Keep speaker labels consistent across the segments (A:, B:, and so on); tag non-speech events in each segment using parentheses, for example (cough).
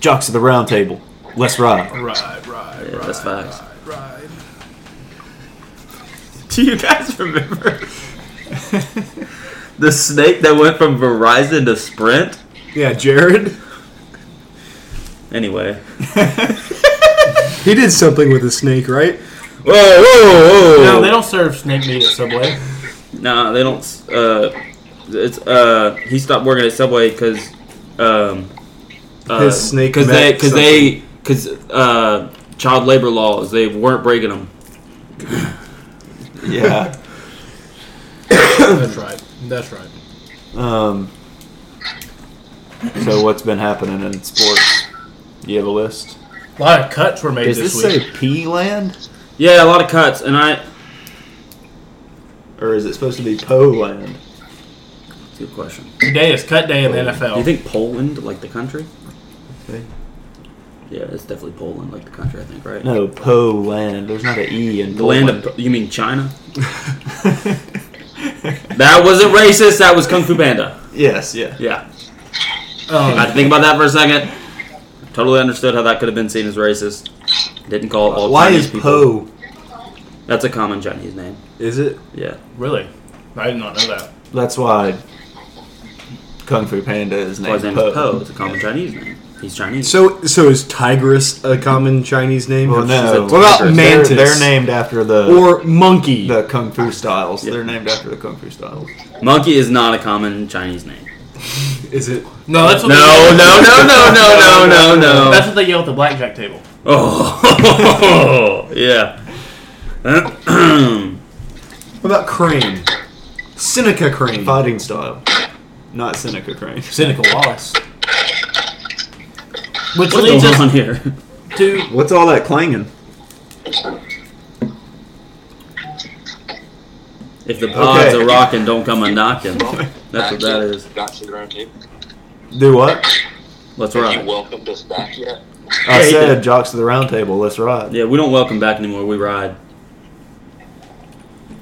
A: Jocks of the Round Table. Let's ride.
B: Ride, ride,
C: Yeah, that's facts.
B: ride.
C: (laughs) Do you guys remember (laughs) the snake that went from Verizon to Sprint?
A: Yeah, Jared.
C: Anyway.
D: (laughs) He did something with a snake, right?
C: Whoa, whoa, whoa!
E: No, they don't serve snake meat at Subway.
C: Nah, they don't. Uh, it's uh, he stopped working at Subway because um, uh,
D: His snake
C: because they
D: meant
C: because they because uh, child labor laws they weren't breaking them.
A: Yeah.
B: That's right. That's right.
A: Um. So what's been happening in sports? You have a list.
E: A lot of cuts were made
A: Does
E: this,
A: this
E: week.
A: say P Land
C: Yeah, a lot of cuts, and I.
A: or is it supposed to be Po Land?
C: That's a good question.
E: Today is cut day in the
C: Do Oh, you
E: NFL.
C: think Poland like the country?
A: Okay.
C: Yeah, it's definitely Poland like the country. I think right.
A: No, Po Land. There's not an E in
C: The land of you mean China?
A: (laughs)
C: That wasn't racist. That was Kung Fu Panda.
A: yes. Yeah.
C: Yeah, I had
E: um,
C: to think about that for a second. Totally understood how that could have been seen as racist. Didn't call all
A: Why
C: Chinese
A: is
C: people.
A: Po?
C: That's a common Chinese name.
A: Is it?
C: Yeah.
E: really? I did not know that.
A: That's why Kung Fu Panda is
C: Well, his
A: named
C: name
A: Po.
C: is Po. It's a common Chinese name. He's Chinese.
D: So, so is tigress a common Chinese name?
A: Well, no.
D: What about
A: They're-
D: mantis?
A: They're, named after the
D: or monkey?
A: the kung fu styles.
C: Yeah.
A: They're named after the kung fu styles.
C: Monkey is not a common Chinese name.
D: Is it?
E: No, that's
C: No,
E: what They
C: no, no, no, no, no, no,
E: That's
C: no.
E: what they yell at the blackjack table.
C: (laughs) Oh, (laughs) yeah. (clears throat)
D: What about crane? Seneca crane.
A: Fighting style, not Seneca Crane.
E: Cynical Wallace. Which
C: What's
E: leads
C: going
E: us
C: on here?
E: to
A: What's all that clanging?
C: If the pods
A: Okay.
C: are rocking, don't come a (laughs) knocking. That's what that is.
F: Doctor the round table.
A: Do what?
C: Let's
F: Have you
C: ride.
F: welcomed us back yet?
A: I
C: Yeah, he
A: said
C: did.
A: jocks to the round table. Let's ride.
C: Yeah, we don't welcome back anymore. We ride.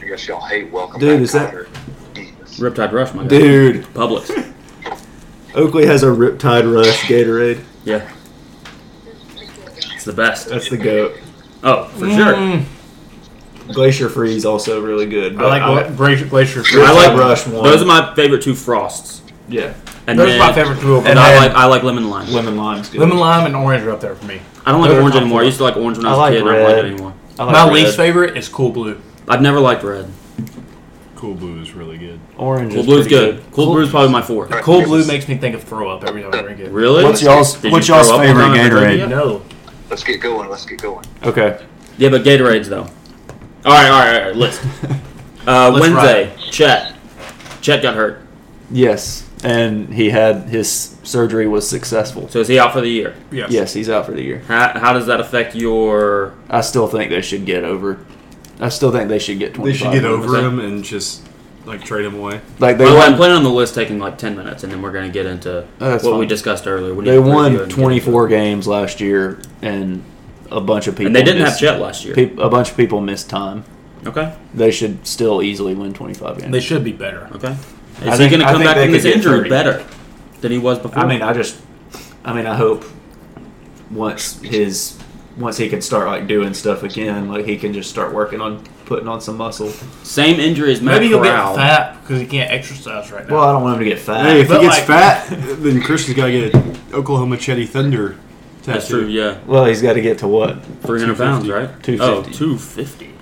F: I guess y'all hate welcome
A: Dude,
F: back.
A: is that-
F: Cotter. Jesus.
C: Riptide Rush, my guy.
A: Dude,
C: Publix.
A: Oakley has a Riptide Rush Gatorade.
C: Yeah. It's the best.
A: That's the goat.
C: Oh, for sure.
E: Mm,
A: Glacier Freeze also really good.
E: I
A: But
E: like what Glacier, glacier Fruit.
C: I like
A: Rush one.
C: Those are my favorite two frosts.
A: yeah,
C: And
E: Those are
C: then-
E: my favorite two of
C: And
E: them.
C: I like I like lemon lime.
A: lemon lime's good.
E: Lemon lime and orange are up there for me.
C: I don't like
E: They're
C: orange
E: not
C: anymore. I used to like orange when I was
A: I
C: a
A: like
C: kid. I don't like
A: red.
C: it anymore.
A: I
E: My
A: like red.
E: least favorite is Cool Blue.
C: I've never liked red.
B: Cool Blue is really good.
A: Orange.
C: Cool
A: is
C: blue's
A: pretty
C: good. Cool, blue's probably my four.
F: Right.
E: Cool Blue makes me think of throw up every time I drink it.
C: Really?
A: What's y'all's
C: Did you
A: What's y'all's
C: throw up one
A: favorite
C: time at
A: Gatorade?
C: Virginia?
E: No.
F: Let's get going. Let's get going.
A: Okay.
C: Yeah, but Gatorades though. All right, all right, all right. List. Uh,
E: Let's
C: Wednesday, Chet. Chet got hurt,
A: Yes, and he had his surgery was successful.
C: so is he out for the year?
B: Yes.
A: Yes, he's out for the year.
C: How, how does that affect your?
A: I still think they should get over. I still think they should get
D: They
A: 25.
D: should get over
C: percent.
D: him and just like trade him away.
A: Like they
C: Well, I'm
A: won.
C: planning on the list taking like ten minutes, and then we're gonna get into
A: Oh,
C: what
A: that's
C: we
A: fine.
C: discussed earlier. We need
A: They
C: to review it
A: won
C: and get
A: 24 games last year, and a bunch of
C: into it.
A: people.
C: and they didn't have
A: missed,
C: Chet last year.
A: peop- a bunch of people missed time.
C: Okay,
A: They should still easily win 25 games.
E: They should be better.
C: okay. Is
A: I
C: he
A: think-
C: gonna
A: I
C: come
A: think
C: back
A: they
C: from
A: could
C: this
A: get
C: injury
A: 30.
C: better than he was before?
A: I mean, I just, I mean, I hope once his once he can start like doing stuff again, like he can just start working on putting on some muscle.
C: same injury as Matt
E: Maybe he'll
C: Corral.
E: get fat because he can't exercise right now.
A: Well, I don't want him to get fat.
D: Hey, if
E: But
D: he gets
E: like-
D: fat, (laughs) then Christian's gotta get an Oklahoma Chetty Thunder tattoo.
C: That's true. Yeah,
A: Well, he's got to get to what?
C: three hundred pounds, right?
A: 250.
C: Oh, 250.
D: Dude's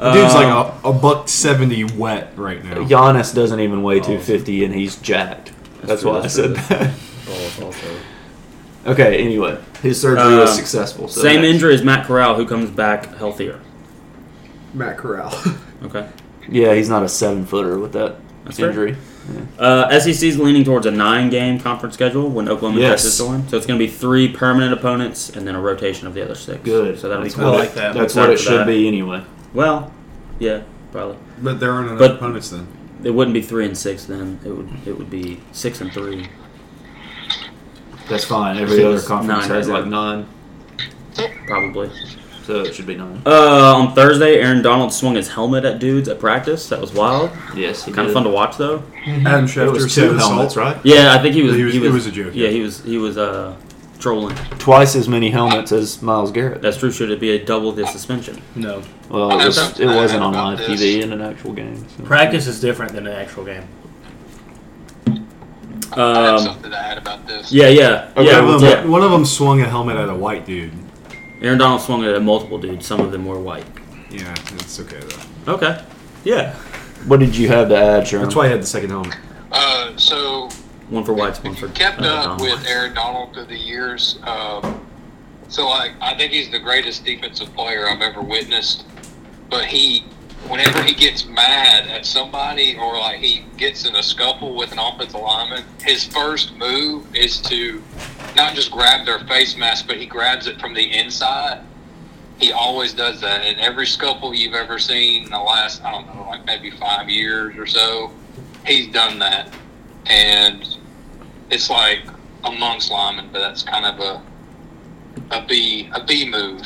C: Um,
D: like a, a buck seventy wet right now.
A: Giannis doesn't even weigh 250 and he's jacked. That's,
C: true,
A: why
C: Oh, that's
A: I said
C: true.
A: that. Okay, anyway, his surgery
C: Uh,
A: was successful. So
C: Same
A: that's-
C: injury as Matt Corral, who comes back healthier.
D: Matt Corral. (laughs)
C: Okay.
A: Yeah, he's not a seven footer with that
C: That's fair.
A: injury.
C: Uh, SEC's leaning towards a nine-game conference schedule when Oklahoma
A: Yes.
C: yes. Texas to one. So it's going to be three permanent opponents and then a rotation of the other six.
A: Good.
C: So that'll be
A: That's
C: cool.
A: what
E: I
A: it-
E: like that.
A: That's
C: I'm
A: what
C: excited
A: it
C: for
A: should
C: that.
A: be anyway.
C: Well, yeah, probably.
D: but there aren't enough
C: But-
D: opponents then.
C: It wouldn't be three and six then. It would. It would be six and three.
A: That's fine.
C: It
A: Every other
C: was
A: conference
C: nine
A: has
C: right
A: like
C: there.
A: nine,
C: Probably.
A: so it should be nine.
C: Uh, on Thursday, Aaron Donald swung his helmet at dudes at practice. That was wild.
A: Yes, he
C: Kind of
A: did.
C: fun to watch, though.
D: Adam
A: It
D: Schefter
A: was
D: said
A: two
D: assault.
A: helmets, right?
C: Yeah, I think he was.
D: He was- it was a joke,
C: Yeah,
D: yeah.
C: he was. He was uh, trolling.
A: twice as many helmets as Miles Garrett.
C: That's true. Should it be a double the suspension?
E: No.
A: Well, it, was, it
F: I
A: wasn't
F: heard
A: on
F: about
A: live
F: this.
A: TV in an actual game. so.
E: Practice is different than the actual game.
F: I have
C: Um,
F: something to add about this.
C: yeah, yeah,
D: Okay, one,
C: yeah,
D: of
C: well,
D: them,
C: yeah.
D: one of them swung a helmet at a white dude.
C: Aaron Donald swung it at multiple dudes. Some of them were white.
D: Yeah, it's okay though.
C: Okay. Yeah.
A: What did you have to add, Sherman?
D: That's why I had the second helmet.
F: Uh, so
C: One for whites, one
F: if
C: for
F: you kept
C: uh,
F: up
C: Donald.
F: with Aaron Donald through the years, um, so like I think he's the greatest defensive player I've ever witnessed. But he, whenever he gets mad at somebody or like he gets in a scuffle with an offensive lineman, his first move is to not just grab their face mask, but he grabs it from the inside. He always does that in every scuffle you've ever seen in the last I don't know, like maybe five years or so. He's done that, and it's like amongst linemen, but that's kind of a a B a B move.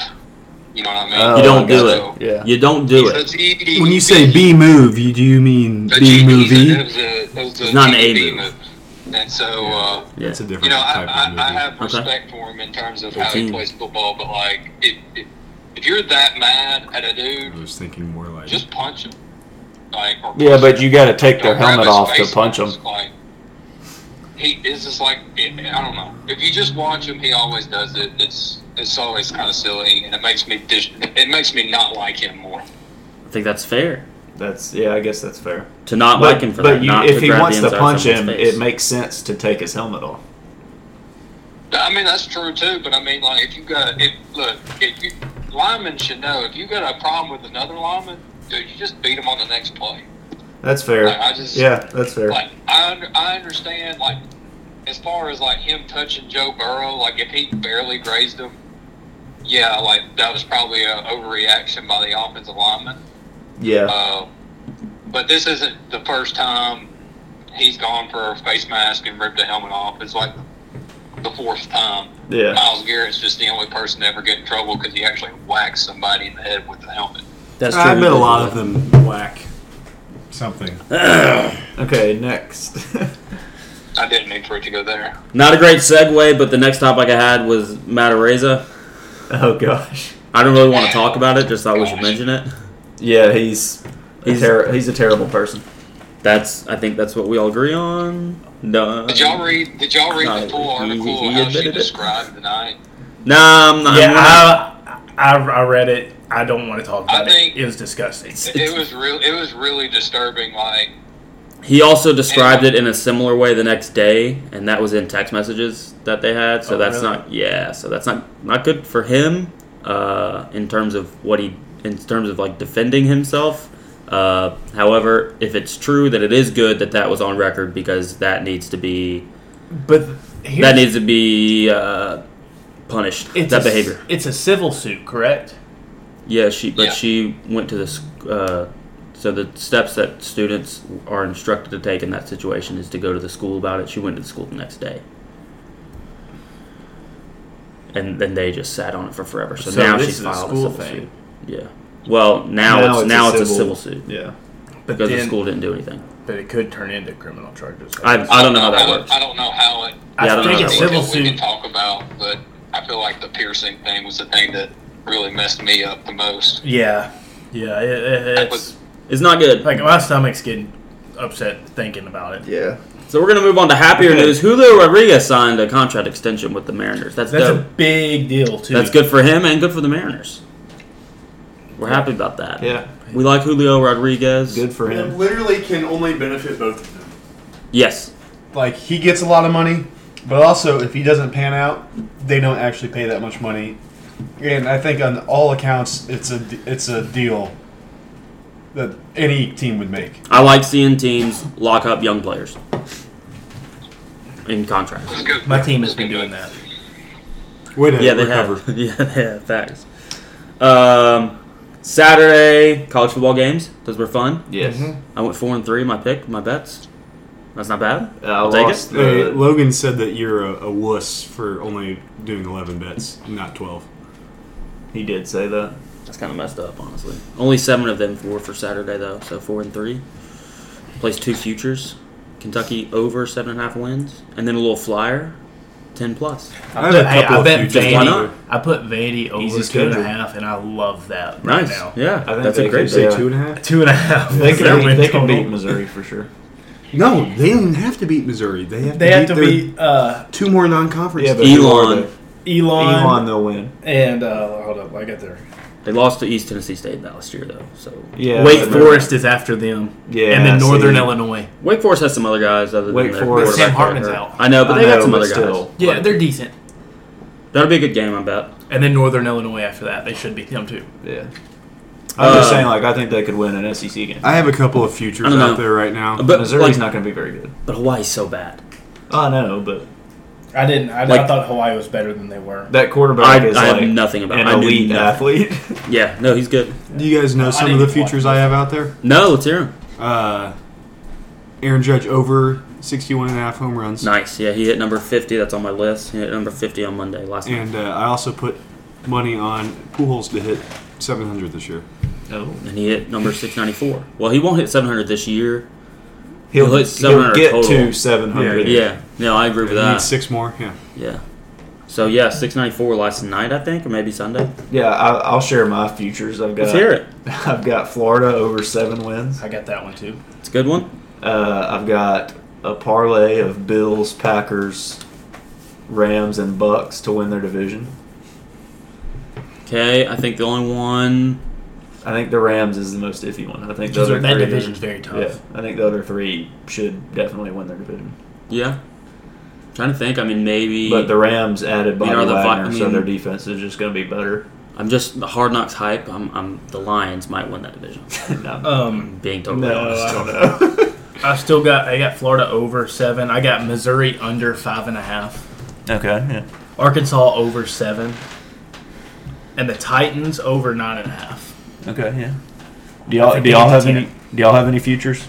F: You know what I mean?
A: Oh,
C: You don't do
A: gotcha.
F: So-
A: Yeah.
C: You don't do it.
F: It's a GD.
D: When you say B move, you do you mean
F: The
D: B
F: GD,
D: movie?
F: It was a, it was
C: It's not an A
F: GD
C: move.
F: And so, uh,
C: Yeah.
D: It's a different
F: you know, I,
D: type of movie.
F: I, I have
C: Okay.
F: respect for him in terms of how
C: Eighteen.
F: he plays football, but like, if, if, if you're that mad at a
D: I
F: dude,
D: was thinking more like
F: just punch him. Like, or
A: Yeah,
F: punch
A: but
F: him.
A: you got to take their
F: Don't grab
A: helmet
F: his
A: off to
F: face
A: punch them.
F: mask, Like, he is just like I don't know. If you just watch him, he always does it. It's it's always kind of silly, and it makes me dis- it makes me not like him more.
C: I think that's fair
A: That's yeah. I guess that's fair.
C: to not
A: but
C: like him for
A: but
C: that.
A: you,
C: not
A: if
C: to
A: he
C: grab the
A: wants to
C: inside
A: punch him,
C: someone's face.
A: it makes sense to take his helmet off.
F: I mean that's true too, but I mean like if you got if look if you linemen should know if you got a problem with another lineman, dude, you just beat him on the next play.
A: That's fair.
F: Like, I just-
A: yeah, that's fair.
F: Like I under, I understand like as far as like him touching Joe Burrow, like if he barely grazed him, yeah, like that was probably a overreaction by the offensive lineman.
A: yeah.
F: Uh, but this isn't the first time he's gone for a face mask and ripped a helmet off. It's like the fourth time.
A: Yeah.
F: Miles Garrett's just the only person to ever get in trouble because he actually whacked somebody in the head with the helmet.
C: that's
D: I
C: true.
D: bet a lot of them whack something.
A: Okay. Next. (laughs)
F: I didn't mean for it to go there.
C: (clears throat) Not a great segue, but the next topic I had was Matareza.
A: oh gosh.
C: I don't really want to talk about it. Just thought we should mention it.
A: Yeah, he's he's
C: He's-
A: a ter- he's a terrible person.
C: That's I think that's what we all agree on. No.
F: Did y'all read? Did y'all read
C: Uh,
F: the full
C: Um, he- he-
F: article
C: he
F: how she
C: admitted it.
F: described the night?
C: Nah, I'm not.
E: yeah,
C: I'm not-
E: I, I I read it. I don't want to talk
F: I
E: about
F: think-
E: it. It was disgusting.
F: It, it was real. It was really disturbing. Like
C: He also described it in a similar way the next day, and that was in text messages that they had. So
E: Oh,
C: that's
E: really?
C: not yeah. So that's not not good for him uh, in terms of what he in terms of like defending himself. Uh, however, if it's true that it is good that that was on record because that needs to be
E: But here's,
C: that needs to be uh, punished that
E: a,
C: behavior.
E: It's a civil suit, correct?
C: Yeah, she but
F: Yeah.
C: she went to this. Uh, so the steps that students are instructed to take in that situation is to go to the school about it. She went to the school the next day, and then they just sat on it for forever. So,
E: So
C: now
E: this
C: she's
E: is a
C: filed a,
E: school
C: civil
E: thing.
C: suit. Yeah. Well, now, it's, now it's a civil suit
A: Yeah.
E: But
C: because the
E: then,
C: school didn't do anything.
E: but it could turn into criminal charges.
C: I I don't know how
F: I
C: that
F: don't-
C: works.
F: I don't know how it.
E: I
C: yeah, I don't
E: think
C: know how
E: it's
C: that
E: civil
F: that we can
E: suit.
F: talk about, but I feel like the piercing thing was the thing that really messed me up the most.
E: Yeah, yeah. It, it,
F: That
E: it's
F: was-
C: It's not good.
E: like my stomach's getting upset thinking about it.
A: Yeah.
C: So we're gonna move on to happier
A: Okay.
C: news. Julio Rodriguez signed a contract extension with the Mariners. That's,
E: That's
C: dope.
E: a big deal too.
C: That's good for him and good for the Mariners. We're happy about that.
A: Yeah.
C: We like Julio Rodriguez.
A: Good for
D: It
A: him.
D: literally can only benefit both of them.
C: Yes.
D: Like he gets a lot of money, but also if he doesn't pan out, they don't actually pay that much money. And I think on all accounts, it's a it's a deal that any team would make.
C: I like seeing teams lock up young players in contracts.
F: Let's go-
E: My team has
F: let's
E: been
F: go-
E: doing that.
D: Wait a
C: Yeah, they
B: (laughs)
C: have. (laughs) Yeah, they have. Facts. Um, Saturday, college football games. Those were fun.
A: Yes.
C: I went 4 and 3 my pick, my bets. That's not bad.
A: I
C: I'll take
A: lost
C: it.
A: the-
D: Logan said that you're a, a wuss for only doing 11 bets, not 12.
A: He did say that.
C: That's kind of messed up, honestly. Only seven of them were for Saturday, though, so four and three. Plays two futures. Kentucky over seven and a half wins, and then a little flyer. ten plus.
A: I have a
E: Hey,
A: couple
E: I
A: of
E: bet
A: futures.
C: Why
E: Vandy.
C: not?
E: I put Vandy over
A: Easiest
E: two and a half,
A: schedule.
E: and I love that right
C: Nice.
E: now.
C: Yeah,
A: I think
C: that's
A: they
C: a
A: could
C: great
A: say
C: pick.
A: two
B: and a half.
E: Two and a half.
A: They
E: was their
A: can,
E: win
A: beat, they can
E: total.
A: beat Missouri for sure.
B: No, they don't even have to beat Missouri. They have
E: They
B: to
E: have
B: beat
E: to
B: their
E: beat uh,
B: two more non-conference.
A: Yeah, but
C: Elon.
A: Elon,
E: Elon,
A: Elon, they'll win.
E: and uh, hold up, I got there.
C: They lost to East Tennessee State last year though, so
A: Yeah, I
E: Wake
A: remember.
E: Forest is after them.
A: Yeah,
E: and then
A: I
E: Northern
A: see.
E: Illinois.
C: Wake Forest has some other guys other
A: Wake
C: than their
A: Forest-
C: quarterback
E: Sam Hartman's
C: that hurt.
E: out.
C: I know, but
A: I
C: they got
A: know,
C: some
A: but
C: other
A: still. Uh,
C: guys.
E: Yeah,
C: Like,
E: they're decent.
C: that'll be a good game. I bet.
E: And then Northern Illinois after that, they should beat them too.
A: Yeah. I'm just
C: Uh,
A: saying, like, I think they could win an SEC game.
B: I have a couple of futures
C: I don't
B: out
C: know.
B: there right now.
C: But
A: Missouri's
C: like,
A: not going to be very good.
C: but Hawaii's so bad.
A: I know, but
E: I didn't. I,
C: Like-
E: thought Hawaii was better than they were.
A: that quarterback
C: I,
A: is
C: I
A: like
C: have nothing about.
A: an
C: I knew
A: elite
C: nothing. (laughs)
A: athlete.
C: Yeah, no, he's good.
B: Do you guys know
E: I
B: some of
E: didn't
B: the
E: even watch
B: futures I have out there?
C: No, let's hear him.
B: Uh, Aaron Judge over 61 and a half home runs.
C: Nice. Yeah, he hit number 50. That's on my list. He hit number 50 on Monday last night.
B: And uh, I also put money on Pujols to hit 700 this year.
A: oh.
C: And he hit number 694. Well, he won't hit 700 this year.
A: He'll,
C: He'll hit
A: he'll
C: 700
A: get
C: total.
A: to 700.
C: Yeah. No, I agree with
B: He needs
C: that.
B: six more. Yeah.
C: Yeah. So, yeah, 694 last night, I think, or maybe Sunday.
A: Yeah, I, I'll share my futures. I've got.
C: Let's hear it.
A: (laughs) I've got Florida over seven wins.
E: I got that one too.
C: It's a good one.
A: Uh, I've got a parlay of Bills, Packers, Rams, and Bucks to win their division.
C: Okay, I think the only one.
A: I think the Rams is the most iffy one. I think the
E: Because
A: other
E: that
A: three
E: division's very tough.
A: Yeah, I think the other three should definitely win their division.
C: Yeah. trying to think. I mean, maybe.
A: But the Rams added Bobby
C: You know, the Vi-
A: Wagner,
C: I
A: so
C: mean-
A: their defense is just going to be better. (laughs)
C: I'm just the hard knocks hype. I'm, I'm the Lions might win that division.
A: no,
E: Um,
C: Being totally
A: no,
C: honest.
A: I don't know.
E: I still got. I got Florida over seven. I got Missouri under five and a half.
A: (laughs) okay, yeah.
E: Arkansas over seven, and the Titans over nine and a half.
A: Okay, yeah. Do
E: I
A: y'all
E: think
A: do
E: they
A: y'all
E: need
A: have
E: to
A: any do y'all have any futures?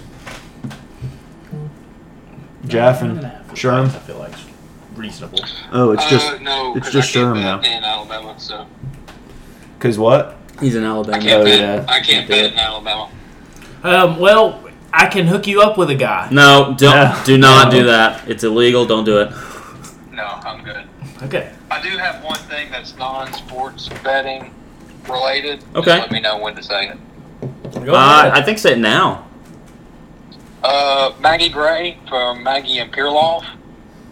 A: Jaff
E: Nine and a
A: and
E: half is
A: Sherm.
E: nice, I feel like it's reasonable.
A: Oh, it's
F: uh,
A: just
F: no,
A: it's
F: 'cause
A: just
F: I can't
A: Sherman
F: bet
A: now.
F: in Alabama, so
A: because what?
C: He's in
F: I
C: Alabama.
F: can't
A: Oh,
F: bet.
A: yeah.
F: I can't
C: Yeah.
F: bet in Alabama.
E: Um, well, I can hook you up with a guy.
C: No, don't,
A: No.
C: do not
A: No.
C: do that. It's illegal. Don't do it.
F: No, I'm good.
E: Okay.
F: I do have one thing that's non-sports betting related.
C: Okay.
F: Just let me know when to say it.
E: Go
C: Uh,
E: ahead.
C: I think say it now.
F: Uh, Maggie Gray from Maggie and Pirloff,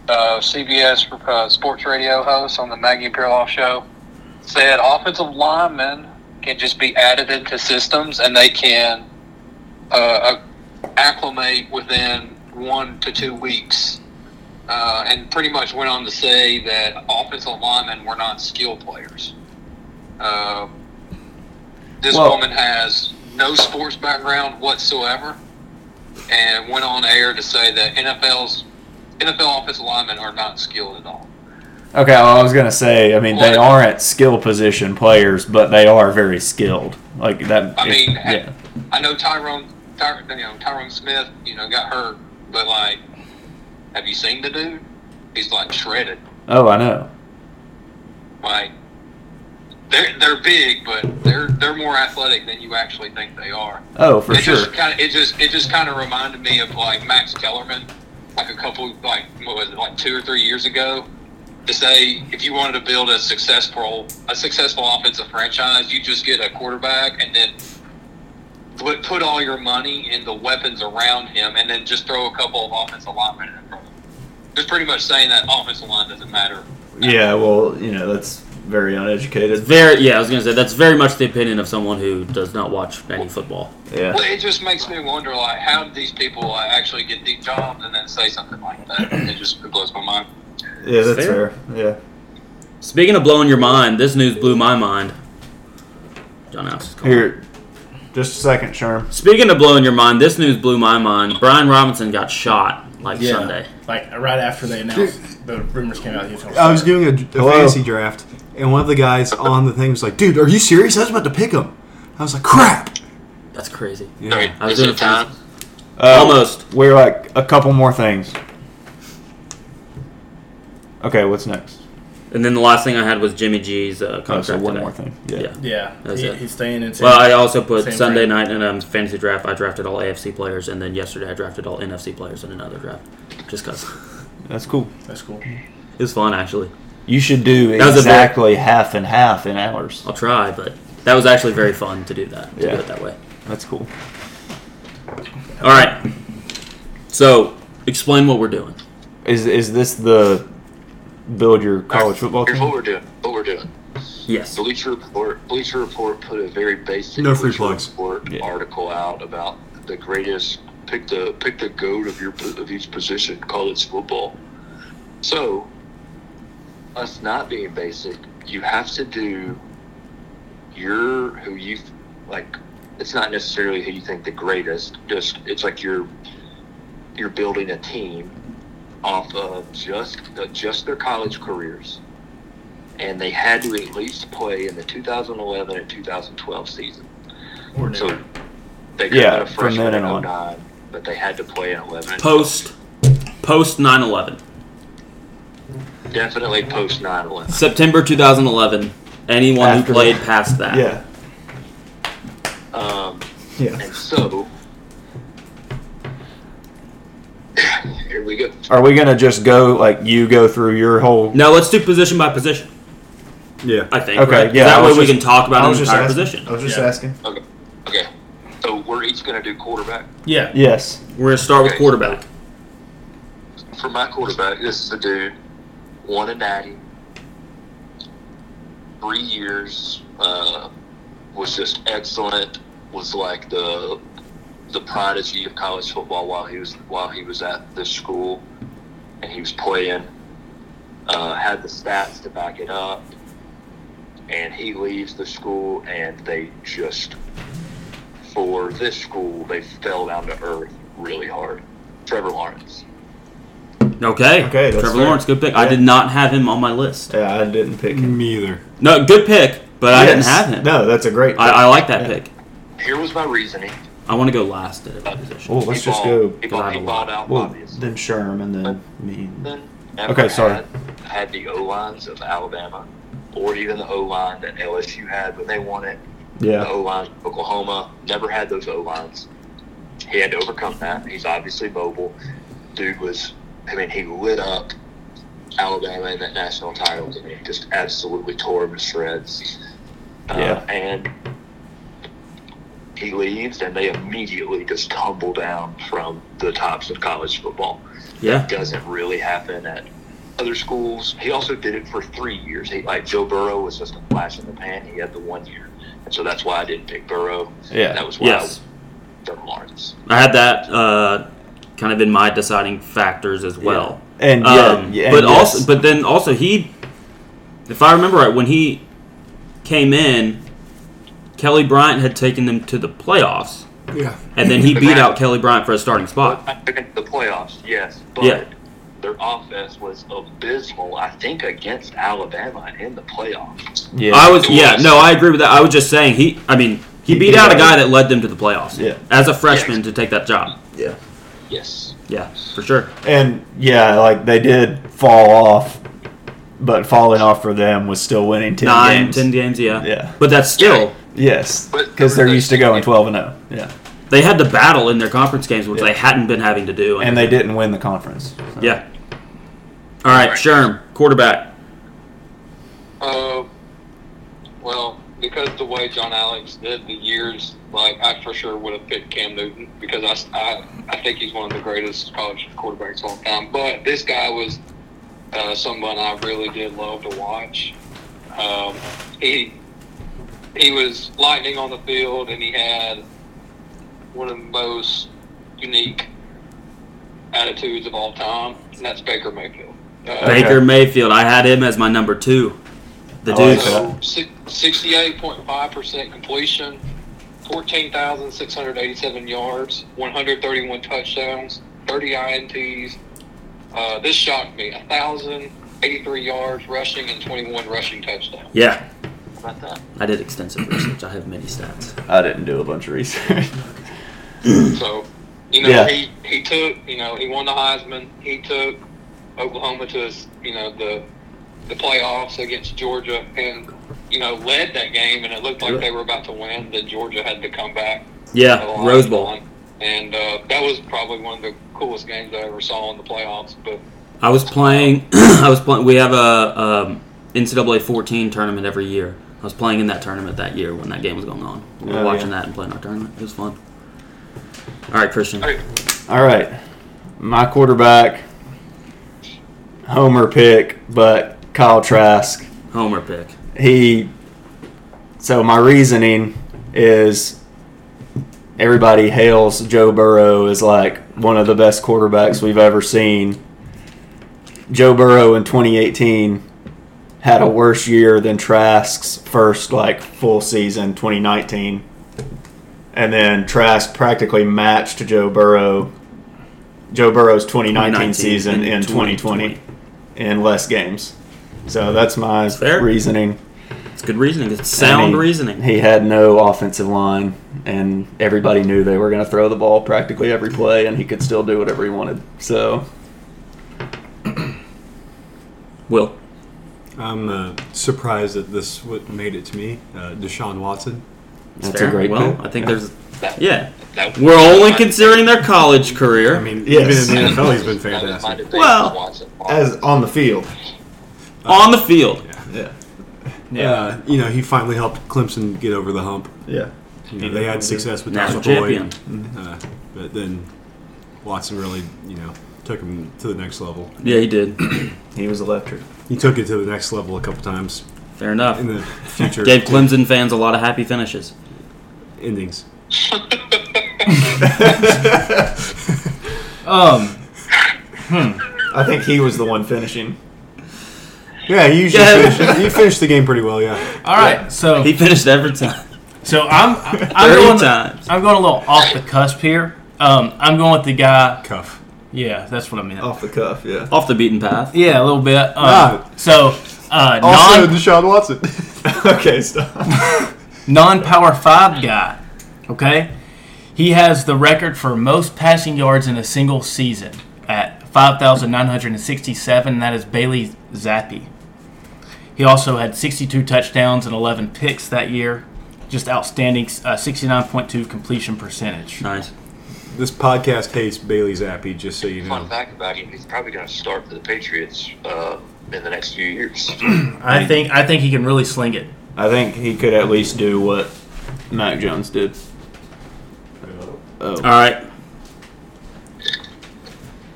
F: uh, CBS uh, sports radio host on the Maggie and Pirloff show, said offensive linemen can just be added into systems and they can uh, acclimate within one to two weeks. Uh, and pretty much went on to say that offensive linemen were not skill players. Uh, this
A: Well-
F: woman has no sports background whatsoever and went on air to say that NFL's NFL offensive linemen are not skilled at all.
A: Okay, well, I was gonna say. I mean, they aren't skill position players, but they are very skilled. Like that.
F: I
A: if-
F: mean,
A: yeah.
F: I know Tyrone, Ty, you know Tyrone Smith, you know got hurt, but like, have you seen the dude? He's like shredded.
A: Oh, I know.
F: Like, they're they're big, but they're they're more athletic than you actually think they are.
A: Oh, for
F: it
A: sure.
F: just kind of it just it just kind of reminded me of like Max Kellerman, like a couple like what was it like two or three years ago, to say if you wanted to build a successful a successful offensive franchise, you just get a quarterback and then put put all your money and the weapons around him, and then just throw a couple of offensive linemen in front of him. Just pretty much saying that offensive line doesn't matter.
A: Yeah. Well, you know, that's very uneducated.
C: Very yeah, I was gonna say that's very much the opinion of someone who does not watch any football.
A: Yeah.
F: Well, it just makes me wonder, like, how did these people like, actually get these jobs and then say something like that? It just it blows my mind.
A: Yeah, that's
C: Fair.
A: fair. Yeah.
C: Speaking of blowing your mind, this news blew my mind. John House. is calling.
A: Here, just a second, Sherm.
C: Speaking of blowing your mind, this news blew my mind. Brian Robinson got shot like Sunday.
E: Like right after they announced the rumors came out, he was going
B: I was doing a, a
A: Hello?
B: fantasy draft, and one of the guys on the thing was like, "Dude, are you serious? I was about to pick him." I was like, "Crap."
C: That's crazy.
F: Sorry,
C: I was
F: is
C: doing
F: it
C: a fan-
F: time?
A: Uh,
C: Almost.
A: We're like a couple more things. Okay, what's next?
C: And then the last thing I had was Jimmy G's uh,
A: Oh,
C: contract.
A: so one
C: today.
A: more thing. Yeah.
C: Yeah.
E: Yeah,
C: That's
E: he-
C: it.
E: he's staying in. San-
C: Well, I also put
E: Same
C: Sunday
E: brand.
C: night in a fantasy draft. I drafted all AFC players, and then yesterday I drafted all NFC players in another draft, just cause.
A: That's cool.
E: That's cool.
C: It was fun actually.
A: You should do
C: That was a bit-
A: exactly half and half in hours.
C: I'll try, but that was actually very fun to do that. To
A: Yeah.
C: do it that way.
A: That's cool.
C: All right. So explain what we're doing.
A: Is is this the build your college football
F: Here's what
A: team?
F: we're doing. What we're doing.
C: Yes.
F: Bleacher Report. Bleacher Report put a very basic
B: No free
F: Bleacher
B: plugs.
F: Report
A: Yeah.
F: article out about the greatest. Pick the pick the goat of your po- of each position. College football. So, us not being basic, you have to do your who you like. It's not necessarily who you think the greatest. Just it's like you're you're building a team off of just just their college careers and they had to at least play in the 2011 and 2012 season.
E: Or no.
F: So they could
A: Yeah,
F: have been a
A: from
F: freshman
A: then
F: in
A: on.
F: 09, but they had to play in 11. and
C: Post post 9/11.
F: 12. Definitely post 9 11.
C: September 2011. Anyone
A: After-
C: who played past that.
A: Yeah,
F: Um,
A: yeah.
F: and so, (sighs) here we go.
A: Are we gonna just go like you go through your whole?
C: No, let's do position by position.
B: Yeah.
C: I think.
A: Okay,
C: right? 'Cause
A: yeah, I
C: That way
A: was
C: we
A: just-
C: can talk about
E: I
C: an
E: was just
C: entire
E: asking.
C: position.
E: I was just
B: Yeah.
E: asking.
F: Okay. Okay. So we're each going to do quarterback.
E: Yeah.
A: Yes.
C: We're gonna start with
F: Okay.
C: quarterback.
F: For my quarterback, this is a dude, one and ninety, three years, uh, was just excellent. Was like the the prodigy of college football while he was while he was at this school, and he was playing. Uh, had the stats to back it up, and he leaves the school, and they just for this school they fell down to earth really hard. Trevor Lawrence.
C: Okay.
A: Okay, that's
C: Trevor
A: fair.
C: Lawrence, good pick. I
A: Yeah.
C: did not have him on my list.
A: Yeah, I didn't pick him.
B: Me either.
C: No, good pick, but I didn't
A: Yes.
C: have him.
A: No, that's a great.
C: I, I like that
A: Yeah.
C: pick.
F: Here was my reasoning.
C: I want to go last at every position.
A: Well, let's
F: He
A: just
F: bought-
A: go.
F: He bought, he
C: Gladwell.
F: bought out
A: Well,
F: Bobby's.
A: then Sherm and then me.
F: Then never
A: Okay, sorry.
F: Had, had the O lines of Alabama, or even the O line that LSU had when they won it. The
A: Oh, Yeah.
F: O line Oklahoma never had those O lines. He had to overcome that. He's obviously mobile. Dude was. I mean, he lit up Alabama in that national title. I mean, just absolutely tore him to shreds. Uh,
A: Yeah.
F: And he leaves, and they immediately just tumble down from the tops of college football
C: Yeah.
F: doesn't really happen at other schools. He also did it for three years. He like Joe Burrow was just a flash in the pan. He had the one year, and so that's why I didn't pick Burrow.
A: Yeah.
F: that was why
C: Yes.
F: I picked Lawrence.
C: I had that uh, kind of in my deciding factors as well.
A: And yeah,
C: Um,
A: yeah, and
C: but
A: yes.
C: also, but then also he, if I remember right, when he came in, Kelly Bryant had taken them to the playoffs,
B: Yeah.
C: and then he beat out Kelly Bryant for a starting spot.
F: I took it to the playoffs, yes, but
C: Yeah.
F: their offense was abysmal. I think against Alabama in the playoffs.
A: yeah.
C: I was, yeah, no, I agree with that. I was just saying he, I mean, he
A: He
C: beat
A: beat
C: out a
A: out-
C: guy that led them to the playoffs.
A: Yeah.
C: as a freshman to take that job.
A: yeah.
F: Yes,
C: Yeah, for sure.
A: And yeah, like they did fall off, but falling off for them was still winning ten
C: Nine,
A: games.
C: ten games, yeah.
A: Yeah.
C: But that's still
A: Yes,
F: But-
A: because they're used to going twelve and zero. Yeah,
C: they had to battle in their conference games, which
A: Yeah.
C: they hadn't been having to do.
A: and they didn't win the conference.
C: Yeah. All right,
F: Right.
C: Sherm, quarterback.
G: Uh, well, because the way John Alex did the years, like I for sure would have picked Cam Newton because I, s- I, I think he's one of the greatest college quarterbacks of all time. But this guy was uh, someone I really did love to watch. Um, he he was lightning on the field, and he had one of the most unique attitudes of all time, and that's Baker Mayfield. Uh,
A: Okay.
C: Baker Mayfield. I had him as my number two. The
A: I like
C: dude.
A: that.
G: So si- 68.5% completion, 14,687 yards, 131 touchdowns, 30 INTs. Uh, this shocked me. 1,083 yards rushing and 21 rushing touchdowns.
C: yeah,
F: How about that.
C: I did extensive research. I have many stats.
A: I didn't do a bunch of research. (laughs)
G: So, you know,
A: Yeah.
G: he, he took, you know, he won the Heisman. He took Oklahoma to, his, you know, the the playoffs against Georgia and, you know, led that game, and it looked like they were about to win. That Georgia had to come back.
C: Yeah, Rose Bowl.
G: uh, And uh, that was probably one of the coolest games I ever saw in the playoffs. But
C: I was playing. (clears throat) I was playing. We have a um, NCAA 14 tournament every year. I was playing in that tournament that year when that game was going on. We were
A: Oh,
C: watching
A: yeah.
C: that and playing our tournament. It was fun. All right, Christian.
F: Hey,
A: All right, my quarterback, Homer pick, but Kyle Trask.
C: Homer pick.
A: He. So my reasoning is everybody hails Joe Burrow as like one of the best quarterbacks we've ever seen. Joe Burrow in 2018 had a worse year than Trask's first like full season 2019. And then Trask practically matched Joe Burrow Joe Burrow's 2019,
C: 2019
A: season in
C: and
A: 2020 in less games. So that's my
C: Fair.
A: reasoning.
C: It's good reasoning. It's sound
A: I mean,
C: reasoning.
A: He had no offensive line, and everybody knew they were going to throw the ball practically every play, and he could still do whatever he wanted. So
C: Will.
B: I'm uh, surprised that this what made it to me. Uh, Deshaun Watson.
C: It's
A: That's a great
C: Well,
A: pick.
C: I think
A: Yeah.
C: there's. Yeah.
F: that-
C: We're only considering their college career.
B: I mean,
A: Yes.
B: even in the NFL, he's
F: that
B: been
F: was my
B: fantastic.
F: debate with
C: Well,
F: Watson.
D: As on the field.
C: on the field.
D: Yeah.
B: Yeah, uh, you know, he finally helped Clemson get over the hump.
D: Yeah.
B: You know, they had success with
C: National
B: National
C: champion.
B: Boyd, uh, but then Watson really, you know, took him to the next level.
C: Yeah, he did.
A: he was electric.
B: He took it to the next level a couple times
C: Fair enough.
B: in the future
C: Gave Clemson fans a lot of happy finishes. (laughs)
B: endings. (laughs)
E: Um,
A: I think he was the one finishing.
B: Yeah, he usually
C: Yeah.
B: finished, he finished the game pretty well. Yeah,
E: all right, so (laughs)
C: He finished every time.
E: so I'm I- I'm
C: Thirty
E: going
C: times.
E: I'm going a little off the cusp here. Um, I'm going with the guy.
B: cuff.
E: Yeah, that's what I meant.
A: Off the cuff, yeah.
C: Off the beaten path.
E: Yeah, a little bit. Um,
B: Ah. Oh,
E: So uh,
B: Also,
E: non
C: (laughs)
B: Deshaun Watson.
A: okay, stop.
E: non power five guy. Okay, he has the record for most passing yards in a single season at five thousand nine hundred and sixty seven. That is Bailey Zappi. He also had 62 touchdowns and 11 picks that year. Just outstanding uh, 69.2 completion percentage.
C: Nice.
B: this podcast hates Bailey Zappi. Just so you
H: Fun
B: know,
H: fact about him: he's probably going to start for the Patriots uh, in the next few years.
E: I think I think he can really sling it.
A: I think he could at least do what Mac Jones did. Oh.
C: All right.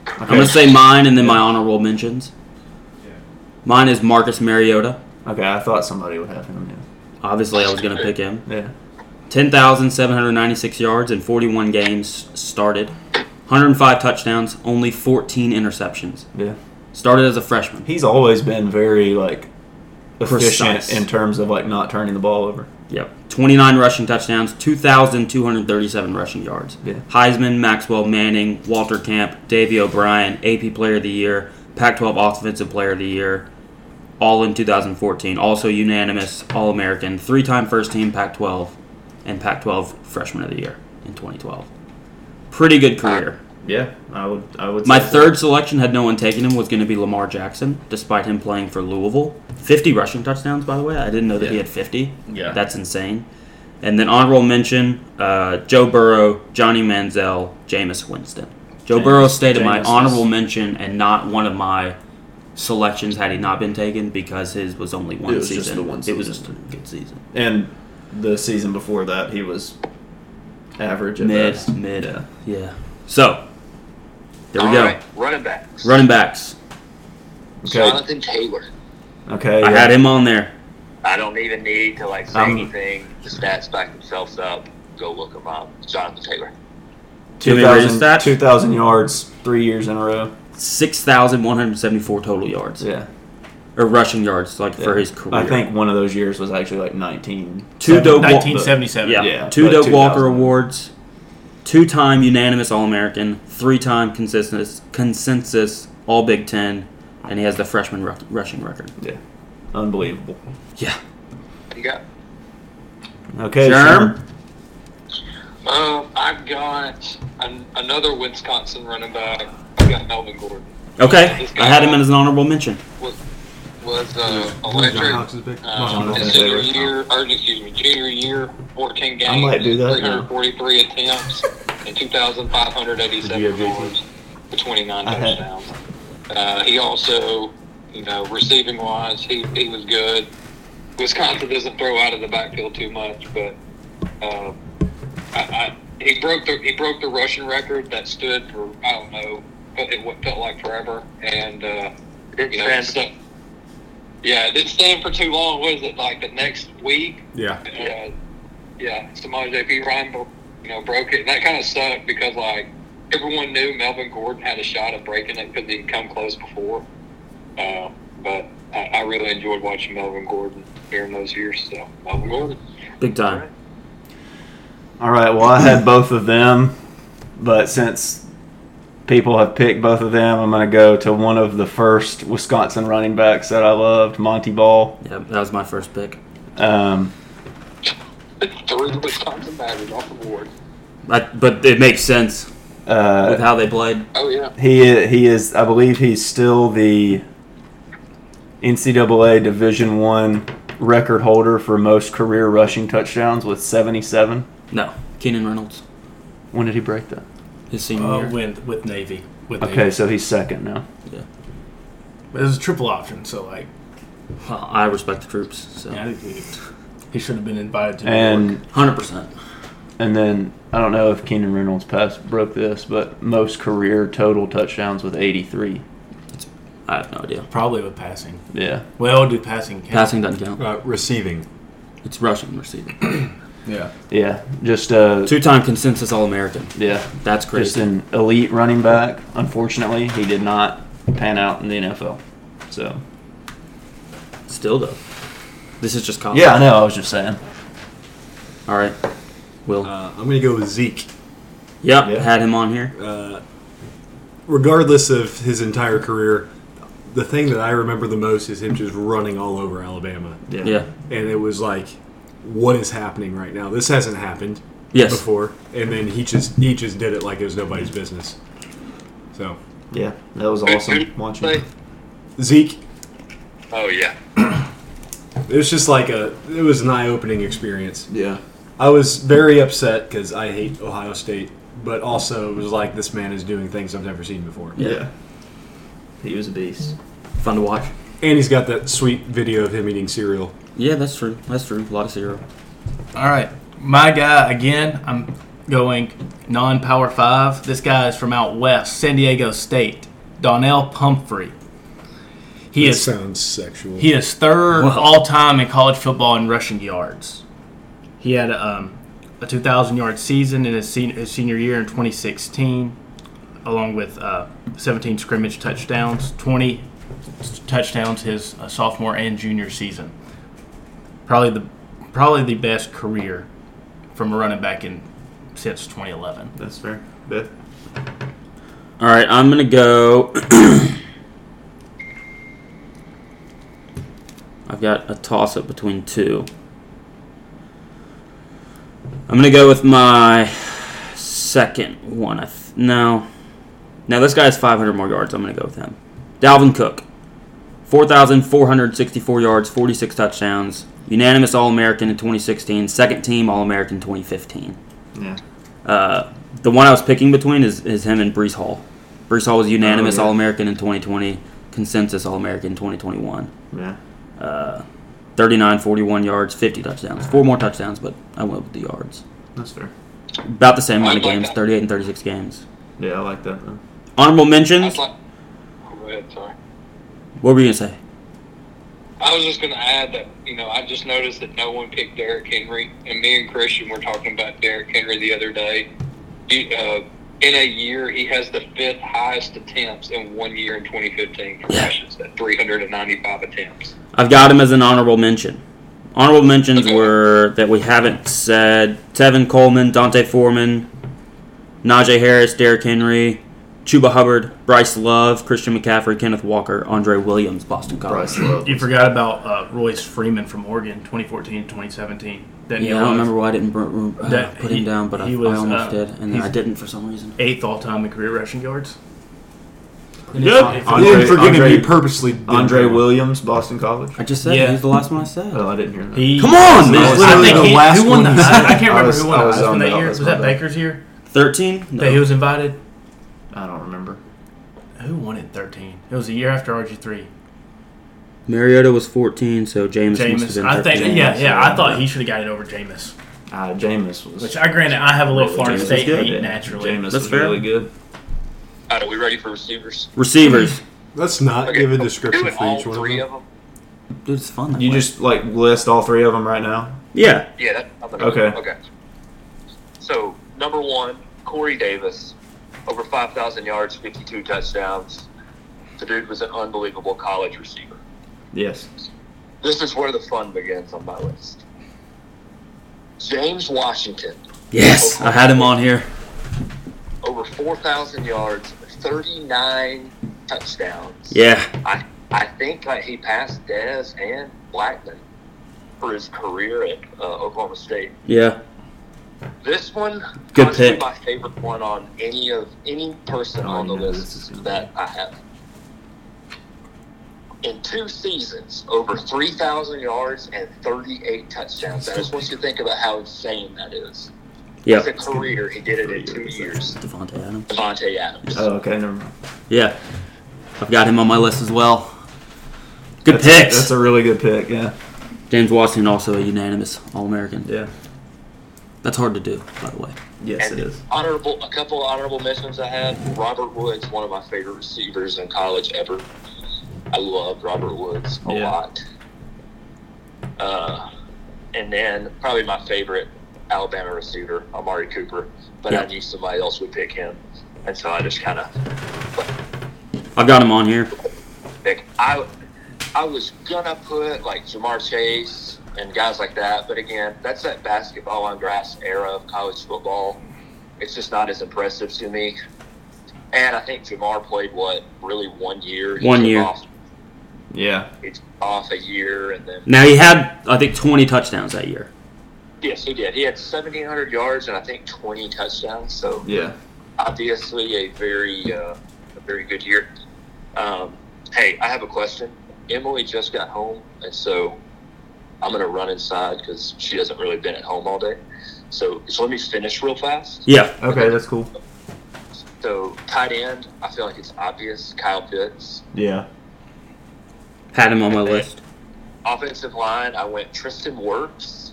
C: I'm gonna say mine and then my honorable mentions. Mine is Marcus Mariota.
A: Okay, I thought somebody would have him.
C: Obviously, I was gonna pick him.
A: Yeah. yeah.
C: Ten thousand seven hundred ninety-six yards in forty-one games started. 105 touchdowns, only 14 interceptions.
A: Yeah.
C: Started as a freshman.
A: He's always been very like efficient
C: Precise.
A: in terms of like not turning the ball over.
C: Yep. 29 rushing touchdowns, 2,237 rushing yards.
A: Yeah.
C: Heisman, Maxwell Manning, Walter Camp, Davey O'Brien, AP Player of the Year, Pac 12 Offensive Player of the Year, all in 2014. Also unanimous All American, three time first team Pac 12, and Pac 12 Freshman of the Year in 2012. Pretty good career.
A: Yeah, I would. I would.
C: My
A: say so.
C: third selection, had no one taken him, was going to be Lamar Jackson, despite him playing for Louisville. 50 rushing touchdowns, by the way. I didn't know that he
A: Yeah.
C: had 50.
E: Yeah.
C: That's insane. And then honorable mention uh, Joe Burrow, Johnny Manziel, Jameis Winston. Joe
A: Jameis-
C: Burrow stayed in my
A: Jameis is-
C: honorable mention and not one of my selections had he not been taken because his was only one
A: It was
C: season.
A: just the one
C: It was just a
A: season.
C: good season.
A: And the season before that, he was average at
C: Mid,
A: best.
C: mid. uh, Yeah.
A: Yeah.
C: So, there we
H: All
C: go.
H: right, running backs.
C: Running backs.
A: Okay.
H: Jonathan Taylor.
A: Okay.
C: I
A: yeah.
C: had him on there.
H: I don't even need to like say
A: Um,
H: anything. The stats back themselves up. Go look them up. Jonathan Taylor.
C: Give me a raise
A: 2,000
C: stat.
A: 2,000 yards, three years in a row.
C: 6,174 total yards.
A: Yeah.
C: Or rushing yards, like, for
A: Yeah.
C: his career.
A: I think one of those years was actually like 19.
C: Two Dope Wa-
E: 1977.
C: Yeah.
A: Yeah,
C: two
A: but
C: Doug
A: 2000.
C: Walker awards, two time unanimous All American, three time consensus consensus All Big Ten, and he has the freshman ru- rushing record.
A: Yeah. Unbelievable.
C: Yeah.
H: You got.
A: Okay.
C: Sherm?
A: Sherm.
F: Um, I've got an, another Wisconsin running back. I've got Melvin Gordon.
C: Okay. I had him in as an honorable mention.
F: Was was uh,
B: John
F: electric.
B: Hawks's pick.
F: Uh,
A: Jonathan
F: his senior
A: Taylor.
F: year, or excuse me, junior year, 14 games,
A: might do that now.
F: 343 attempts, and
B: Did you
F: 2,587
B: have JT?
F: yards for 29
A: I had-
F: touchdowns. Uh, he also, you know, receiving wise, he, he was good. Wisconsin doesn't throw out of the backfield too much, but um, I, I, he broke the he broke the rushing record that stood for I don't know, but it what felt like forever. And uh,
H: It
F: you know,
H: trans-
F: so- yeah, it didn't stand for too long. Was it like the next week?
B: Yeah.
F: uh, yeah, Samaj P. Ryan, you know, broke it. And that kind of sucked because, like, everyone knew Melvin Gordon had a shot at breaking it because he'd come close before. Uh, but I, I really enjoyed watching Melvin Gordon during those years. So, Melvin Gordon.
C: Big
A: Uh,
C: time.
A: All right. Well, I had both of them, but since people have picked both of them, I'm going to go to one of the first Wisconsin running backs that I loved, Monty Ball.
C: Yeah, that was my first pick.
A: Um,
F: Three Wisconsin batters off the board.
C: I, but it makes sense with
A: uh,
C: how they played.
F: Oh, yeah.
A: he i- he is, I believe, he's still the NCAA Division One record holder for most career rushing touchdowns with 77.
C: No, Keenan Reynolds,
A: When did he break that?
C: his senior
A: Oh,
E: Uh,
C: year.
E: with, with Navy. With
A: Okay,
E: Navy.
A: so he's second now.
E: But it was a triple option, so, like,
C: Well, I respect the troops. So,
E: yeah, I think he, he should have been invited to New York.
A: And
C: hundred percent.
A: And then I don't know if Keenan Reynolds passed broke this, but most career total touchdowns with 83.
C: I have no idea.
E: Probably with passing.
A: Yeah.
E: Well, do passing count?
C: Passing doesn't count.
B: Uh, receiving.
C: It's rushing and receiving.
E: Yeah.
A: Yeah. Just uh
C: Two-time consensus All-American.
A: yeah,
C: That's
A: just
C: crazy.
A: an elite running back. Unfortunately, he did not pan out in the NFL. So,
C: Still though, this is just college.
A: yeah, I know, I was just saying.
C: All right. Will.
B: Uh, I'm going to go with Zeke.
C: yep.
B: yeah.
C: Had him on here.
B: Uh, regardless of his entire career, the thing that I remember the most is him just running all over Alabama.
C: Yeah.
B: And it was like, what is happening right now? This hasn't happened
C: Yes.
B: before. And then he just he just did it like it was nobody's business. So
A: Yeah, that was awesome watching.
B: Zeke,
F: Oh, yeah.
B: it was just like a it was an eye opening experience.
A: Yeah.
B: I was very upset because I hate Ohio State, but also it was like this man is doing things I've never seen before.
A: Yeah. He was a beast.
C: Fun to watch.
B: And he's got that sweet video of him eating cereal.
C: Yeah, that's true. That's true. A lot of zero.
E: All right. My guy, again, I'm going non power five. This guy is from out west, San Diego State, Donnell Pumphrey. He
B: That
E: is
B: sounds sexual.
E: He is third
C: Wow.
E: all time in college football in rushing yards. He had um, a 2,000 yard season in his, sen- his senior year in 2016, along with uh, 17 scrimmage touchdowns, 20 s- touchdowns his uh, sophomore and junior season. Probably the probably the best career from a running back in since 2011.
A: That's fair. Beth.
C: All right, I'm gonna go. (clears throat) I've got a toss up between two. I'm gonna go with my second one. I th- no, no, this guy has 500 more yards. I'm gonna go with him. Dalvin Cook, 4,464 yards, 46 touchdowns, unanimous All-American in 2016, second team All-American 2015.
A: Yeah.
C: Uh, the one I was picking between is, is him and Brees Hall. Brees Hall was unanimous
A: Oh, yeah.
C: All American in 2020, consensus All American in 2021.
A: Yeah.
C: Uh, 39, 41 yards, 50 touchdowns. Four more touchdowns, but I went with the yards.
A: That's fair.
C: About the same amount of
F: I'd like
C: games,
F: that.
C: 38 and 36 games.
A: Yeah, I like that. Though.
C: Honorable
F: I
C: mentions.
F: was like, oh, go ahead, sorry.
C: What were you going to say?
F: I was just going to add that, you know, I just noticed that no one picked Derrick Henry, and me and Christian were talking about Derrick Henry the other day. He, uh, in a year, he has the fifth highest attempts in one year in 2015 for rushes at 395 attempts.
C: I've got him as an honorable mention. Honorable mentions
F: Okay.
C: were that we haven't said Tevin Coleman, Dante Foreman, Najee Harris, Derrick Henry, Chuba Hubbard, Bryce Love, Christian McCaffrey, Kenneth Walker, Andre Williams, Boston College.
E: You forgot about uh, Royce Freeman from Oregon, 2014 2017. That
C: Yeah, I don't remember why I didn't br- uh,
E: That-
C: put him
E: he-
C: down, but I,
E: he was,
C: I almost
E: uh,
C: did, and then
E: he's-
C: I didn't for some reason.
E: eighth all time in career rushing yards.
B: Yep.
A: Andre-
B: Andre, forgetting
A: Andre-
B: he purposely did
A: Andre
B: that.
A: Williams, Boston College.
C: I just said
E: Yeah.
C: he was the last one I said.
A: Oh, I didn't hear that.
E: He,
C: Come on, man!
B: That was
E: I
B: literally
E: think
B: the
E: he,
B: last
E: who won
B: one
E: the,
B: he
E: I,
B: said.
E: I can't
A: I
E: remember
A: was-
E: who won
A: I
E: the
A: was
E: Heisman
A: on
E: that
A: that.
E: year.
A: That's
E: Was
A: my
E: that
A: bad.
E: Baker's year
C: Thirteen. No.
E: that he was invited?
A: I don't remember.
E: Who who wanted 13? It was a year after RG3.
C: Mariota was 14, so James must
E: Jameis.
C: have been
E: I
C: 13.
E: think, yeah,
C: so-
E: yeah. I thought he should have got it over Jameis.
A: Uh, Jameis was.
E: Which I granted, I have a little Florida
C: Jameis is
E: State
C: good.
E: hate naturally.
G: Jameis
C: That's
G: was
C: fair.
G: really good.
F: All right, are we ready for receivers?
C: Receivers.
B: Let's not
F: Okay,
B: give a
F: do
B: description
F: it
B: for
F: all
B: each one
F: three
B: of
F: of
B: them.
F: them.
C: Dude, it's fun. that
A: You
C: way.
A: just like list all three of them right now.
C: Yeah.
F: Yeah. That, I'm gonna-
A: Okay.
F: Okay. So number one, Corey Davis, over 5,000 yards, 52 touchdowns. The dude was an unbelievable college receiver.
A: Yes.
F: This is where the fun begins on my list. James Washington,
A: Oh.
C: Yes. I had him on here.
F: over 4,000 yards, 39 touchdowns.
C: Yeah.
F: I I think like, he passed Dez and Blackman for his career at uh, Oklahoma State.
C: Yeah.
F: This one,
C: Good
F: honestly,
C: pick.
F: my favorite one on any of any person
G: Oh,
F: on the
G: yeah, this is
F: list
G: gonna
F: that I have. In two seasons, over three thousand yards and thirty-eight touchdowns. I just want you to think about how insane that is.
C: Yeah.
F: As a career, he did it in two years.
C: Devontae Adams.
F: Devontae Adams.
A: Oh, okay. Never mind.
C: Yeah. I've got him on my list as well. Good
A: That's
C: picks.
A: A, that's a really good pick. Yeah.
C: James Washington also a unanimous All American.
A: Yeah.
C: That's hard to do, by the way.
A: Yes, it is.
F: honorable a couple honorable mentions I had. Robert Woods, one of my favorite receivers in college ever. I loved Robert Woods a
A: Yeah.
F: lot. Uh, and then probably my favorite Alabama receiver, Amari Cooper. But
C: Yeah.
F: I knew somebody else would pick him, and so I just kind of
C: I've got him on here.
F: pick. I I was gonna put like Jamar Chase and guys like that, but again, that's that basketball on grass era of college football. It's just not as impressive to me. And I think Jamar played what really one year. He
C: One
F: took
C: year.
F: Off,
A: Yeah.
F: he took off a year, and then
C: Now he had, I think, 20 touchdowns that year.
F: yes, he did. He had seventeen hundred yards and I think twenty touchdowns. So
A: Yeah.
F: obviously a very uh, a very good year. Um, hey, I have a question. Emily just got home, and so I'm gonna run inside because she hasn't really been at home all day. So, so let me finish real fast.
C: Yeah.
A: Okay, that's cool.
F: So tight end, I feel like it's obvious. Kyle Pitts.
A: Yeah.
C: Had him on my list.
F: Offensive line, I went Tristan Wirfs,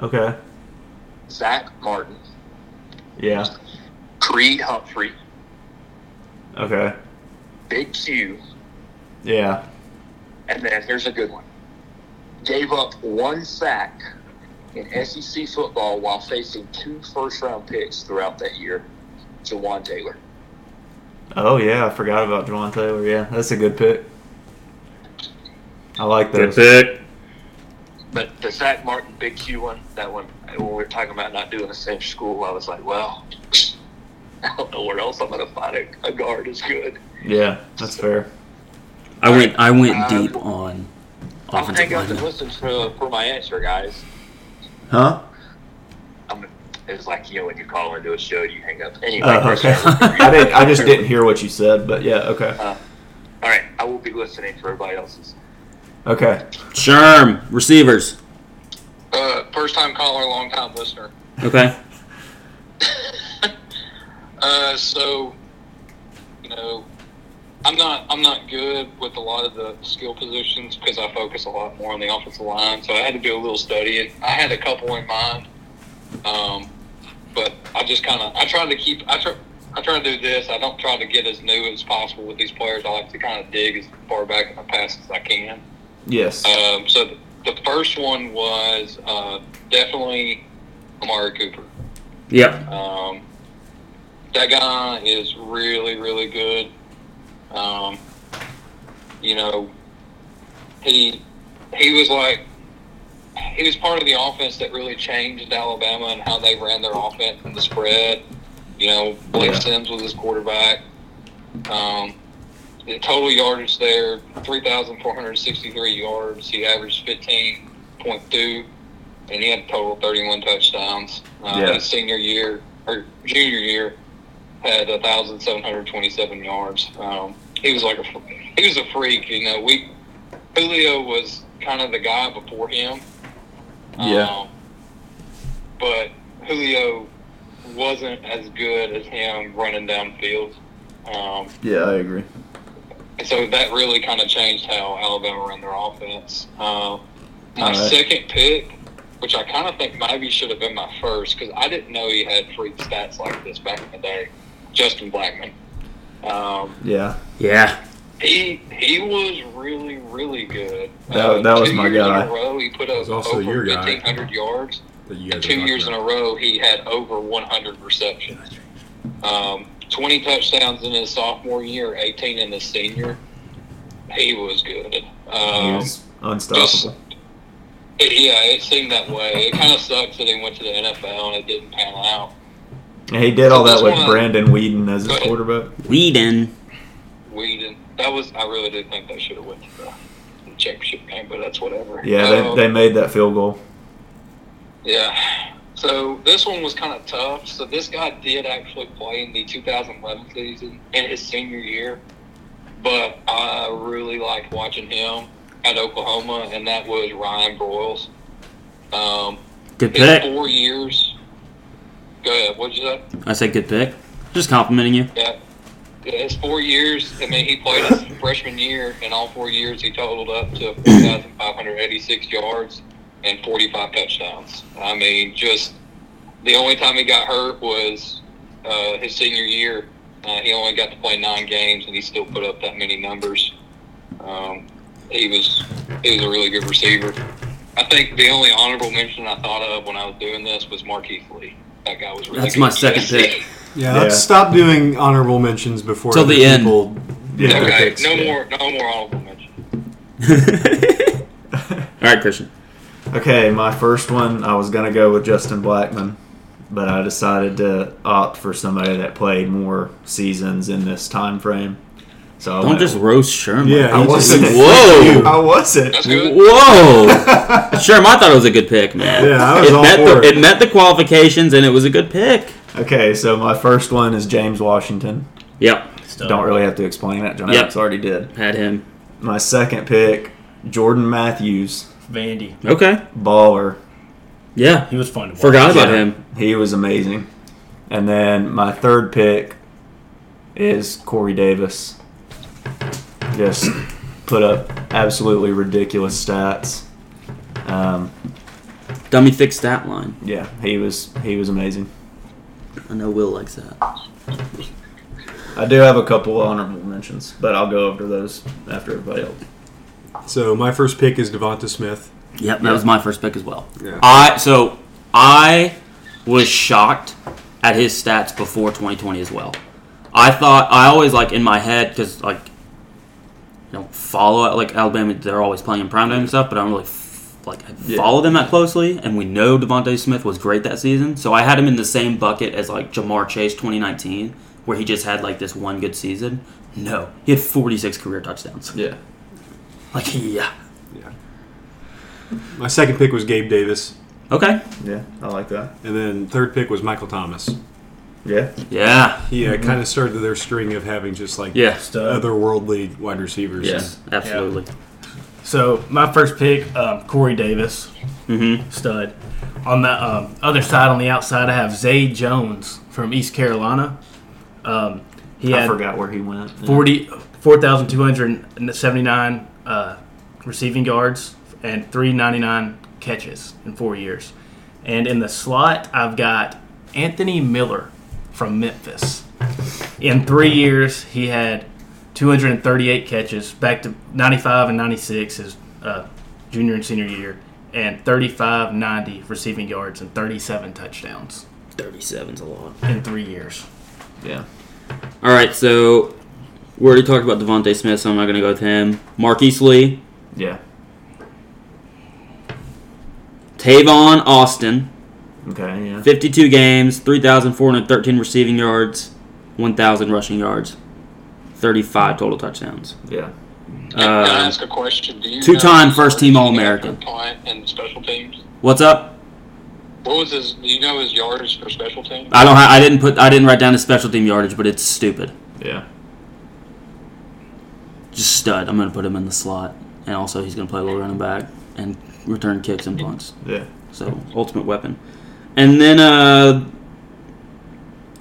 A: Okay.
F: Zach Martin,
A: Yeah.
F: Creed Humphrey,
A: Okay.
F: Big Q,
A: Yeah.
F: And then here's a good one. Gave up one sack in SEC football while facing two first round picks throughout that year. Jawan Taylor.
A: Oh yeah, I forgot about Javon Taylor. Yeah, that's a good pick. I like those.
C: pick.
F: But the Zach Martin Big Q one, that one, when we were talking about not doing the same school, I was like, well, (laughs) I don't know where else I'm going to find a, a guard as good.
A: Yeah, that's fair.
C: I went. I went
F: Uh,
A: Um,
C: deep on
F: I'll
C: offensive
F: hang up and
C: linemen.
F: listen for, for my answer, guys.
A: Huh?
F: I'm, it's like, you know, when you call into a show, you hang up. Anyway,
A: Oh, okay. (laughs)
G: (laughs)
A: I didn't. I
F: (laughs)
A: just didn't hear what you said, but yeah. Okay.
F: all right, I will be listening for everybody else's.
A: Okay.
C: Sherm receivers.
I: Uh, first time caller, long time listener.
C: Okay.
I: Uh, so, you know, I'm not I'm not good with a lot of the skill positions because I focus a lot more on the offensive line. So I had to do a little studying. I had a couple in mind, um, but I just kind of I tried to keep I try I try to do this. I don't try to get as new as possible with these players. I like to kind of dig as far back in the past as I can.
A: Yes.
I: Um, so th- the first one was uh, definitely Amari Cooper.
C: Yep.
I: Um, that guy is really, really good. Um, you know, he he was like he was part of the offense that really changed Alabama and how they ran their offense and the spread. You know, Blake
A: Yeah.
I: Sims was his quarterback. Um, the total yardage there, 3,463 yards. He averaged 15.2, and he had a total of 31 touchdowns. Uh,
A: Yeah.
I: His senior year, or junior year, had 1,727 yards. Um, he was like a, fr- he was a freak, you know. We, Julio was kind of the guy before him.
A: Yeah.
I: Um, but Julio wasn't as good as him running downfield.
F: Um,
G: Yeah, I agree.
F: And so that really kind of changed how Alabama ran their offense. Uh, my
G: All right.
F: second pick, which I kind of think maybe should have been my first, because I didn't know he had freak stats like this back in the day. Justin Blackman. Um,
G: Yeah,
C: Yeah.
F: he he was really really good. Um,
G: That- that was
F: two
G: my
F: years
G: guy.
F: In a row, he put up
B: was also
F: over
B: your guy.
F: 1,500 yards.
B: That you
F: And
B: guys are
F: two
B: talking
F: years in
B: about.
F: a row, he had over 100 receptions. Um, 20 touchdowns in his sophomore year, 18 in his senior. He was good.
G: he
F: Um,
G: was unstoppable.
F: it- yeah, it seemed that way. It kind of sucks that he went to the NFL and it didn't pan out.
G: And he did all that
F: Just
G: with
F: wanna-
G: Brandon Whedon as
F: Go
G: his
F: ahead.
G: quarterback.
C: Whedon.
F: We didn't. That was. I really did think they should have went to the championship game, but that's whatever.
G: Yeah,
F: Um,
G: they, they made that field goal.
F: Yeah. So this one was kind of tough. So this guy did actually play in the 2011 season in his senior year, but I really liked watching him at Oklahoma, and that was Ryan Broyles. Um,
C: Good
F: his
C: pick.
F: four years. Go ahead. What'd you say?
C: I said good pick. Just complimenting you.
F: Yeah. Yeah, His four years. I mean, he played
C: (laughs)
F: his freshman year, and all four years he totaled up to 4,586 yards and 45 touchdowns. I mean, just the only time he got hurt was uh, his senior year. Uh, he only got to play nine games, and he still put up that many numbers. Um, he was he was a really good receiver. I think the only honorable mention I thought of when I was doing this was Marquise Lee. That guy was really
C: That's
F: good.
C: my second
F: (laughs)
C: pick.
B: Yeah,
G: Yeah.
B: let's stop doing honorable mentions before
C: Till the
B: other
C: end.
B: people get their
F: Okay,
B: picks.
F: no
B: Yeah.
F: more, no more honorable mentions.
C: (laughs) All right, Christian.
G: Okay, my first one, I was gonna go with Justin Blackman, but I decided to opt for somebody that played more seasons in this time frame. So I
C: Don't
G: went-
C: just roast Sherman.
B: Yeah,
G: I
B: he just-
G: wasn't.
C: (laughs) Whoa.
G: (laughs) I wasn't.
F: That's good.
C: Whoa! Sherm, I thought it was a good pick, man.
B: Yeah, I was
C: it
B: all
C: met
B: for
C: the,
B: it.
C: it met the qualifications, and it was a good pick.
G: Okay, so my first one is James Washington.
C: Yep,
G: Don't really have to explain that. John
C: Yep.
G: Alex already did.
C: had him.
G: My second pick, Jordan Matthews,
E: Vandy.
C: Okay,
G: baller.
C: yeah,
E: He was fun to watch.
C: forgot about him.
G: He was amazing. And then my third pick is Corey Davis. Just put up absolutely ridiculous stats. Um,
C: Dummy thick stat line.
G: yeah, he was he was amazing.
C: I know Will likes that.
G: I do have a couple honorable mentions, but I'll go over those after everybody else.
B: (laughs) So my first pick is Devonta Smith.
C: Yep, that was my first pick as well.
B: Yeah.
C: I so I was shocked at his stats before 2020 as well. I thought I always like in my head because like you know follow like Alabama they're always playing in primetime and stuff, but I don't really f- like
G: Yeah.
C: follow them that closely. And we know Devonte Smith was great that season, so I had him in the same bucket as like Jamar Chase 2019, where he just had like this one good season. No, he had 46 career touchdowns.
G: Yeah.
C: Like (laughs) yeah,
B: My second pick was Gabe Davis,
C: okay,
G: Yeah, I like that.
B: and then third pick was Michael Thomas.
G: Yeah.
C: yeah,
B: He uh, kind of started their string of having just like
C: yeah,
B: otherworldly wide receivers.
G: Yes.
C: absolutely.
E: So my first pick, um, Corey Davis,
C: Mm-hmm.
E: stud. On the um, other side, on the outside, I have Zay Jones from East Carolina. Um, he
G: I
E: had
G: forgot where he went.
E: 40 4,279 uh, receiving yards and 399 catches in four years. And in the slot, I've got Anthony Miller from Memphis. In three years, he had 238 catches, back to 95 and 96 his uh, junior and senior year, and 35, 90 receiving yards and 37 touchdowns
C: 37's a lot.
E: in three years.
G: Yeah.
C: All right, so we already talked about Devonte Smith, so I'm not going to go with him. Marquise Lee,
G: Yeah.
C: Tavon Austin,
G: Okay, yeah.
C: 52 games, 3,413 receiving yards, 1,000 rushing yards, 35 total touchdowns.
G: Yeah.
F: Can I
C: Uh,
F: ask a question? Do you
C: two-time
F: know-
C: first-team All-American.
F: Punt and special teams.
C: what's up?
F: What was his? Do you know his yards for special teams?
C: I don't. Ha- I didn't put. I didn't write down his special team yardage, but it's stupid.
G: Yeah.
C: Just stud. I'm going to put him in the slot, and also he's going to play a little running back and return kicks and punts.
G: Yeah.
C: So ultimate weapon. And then uh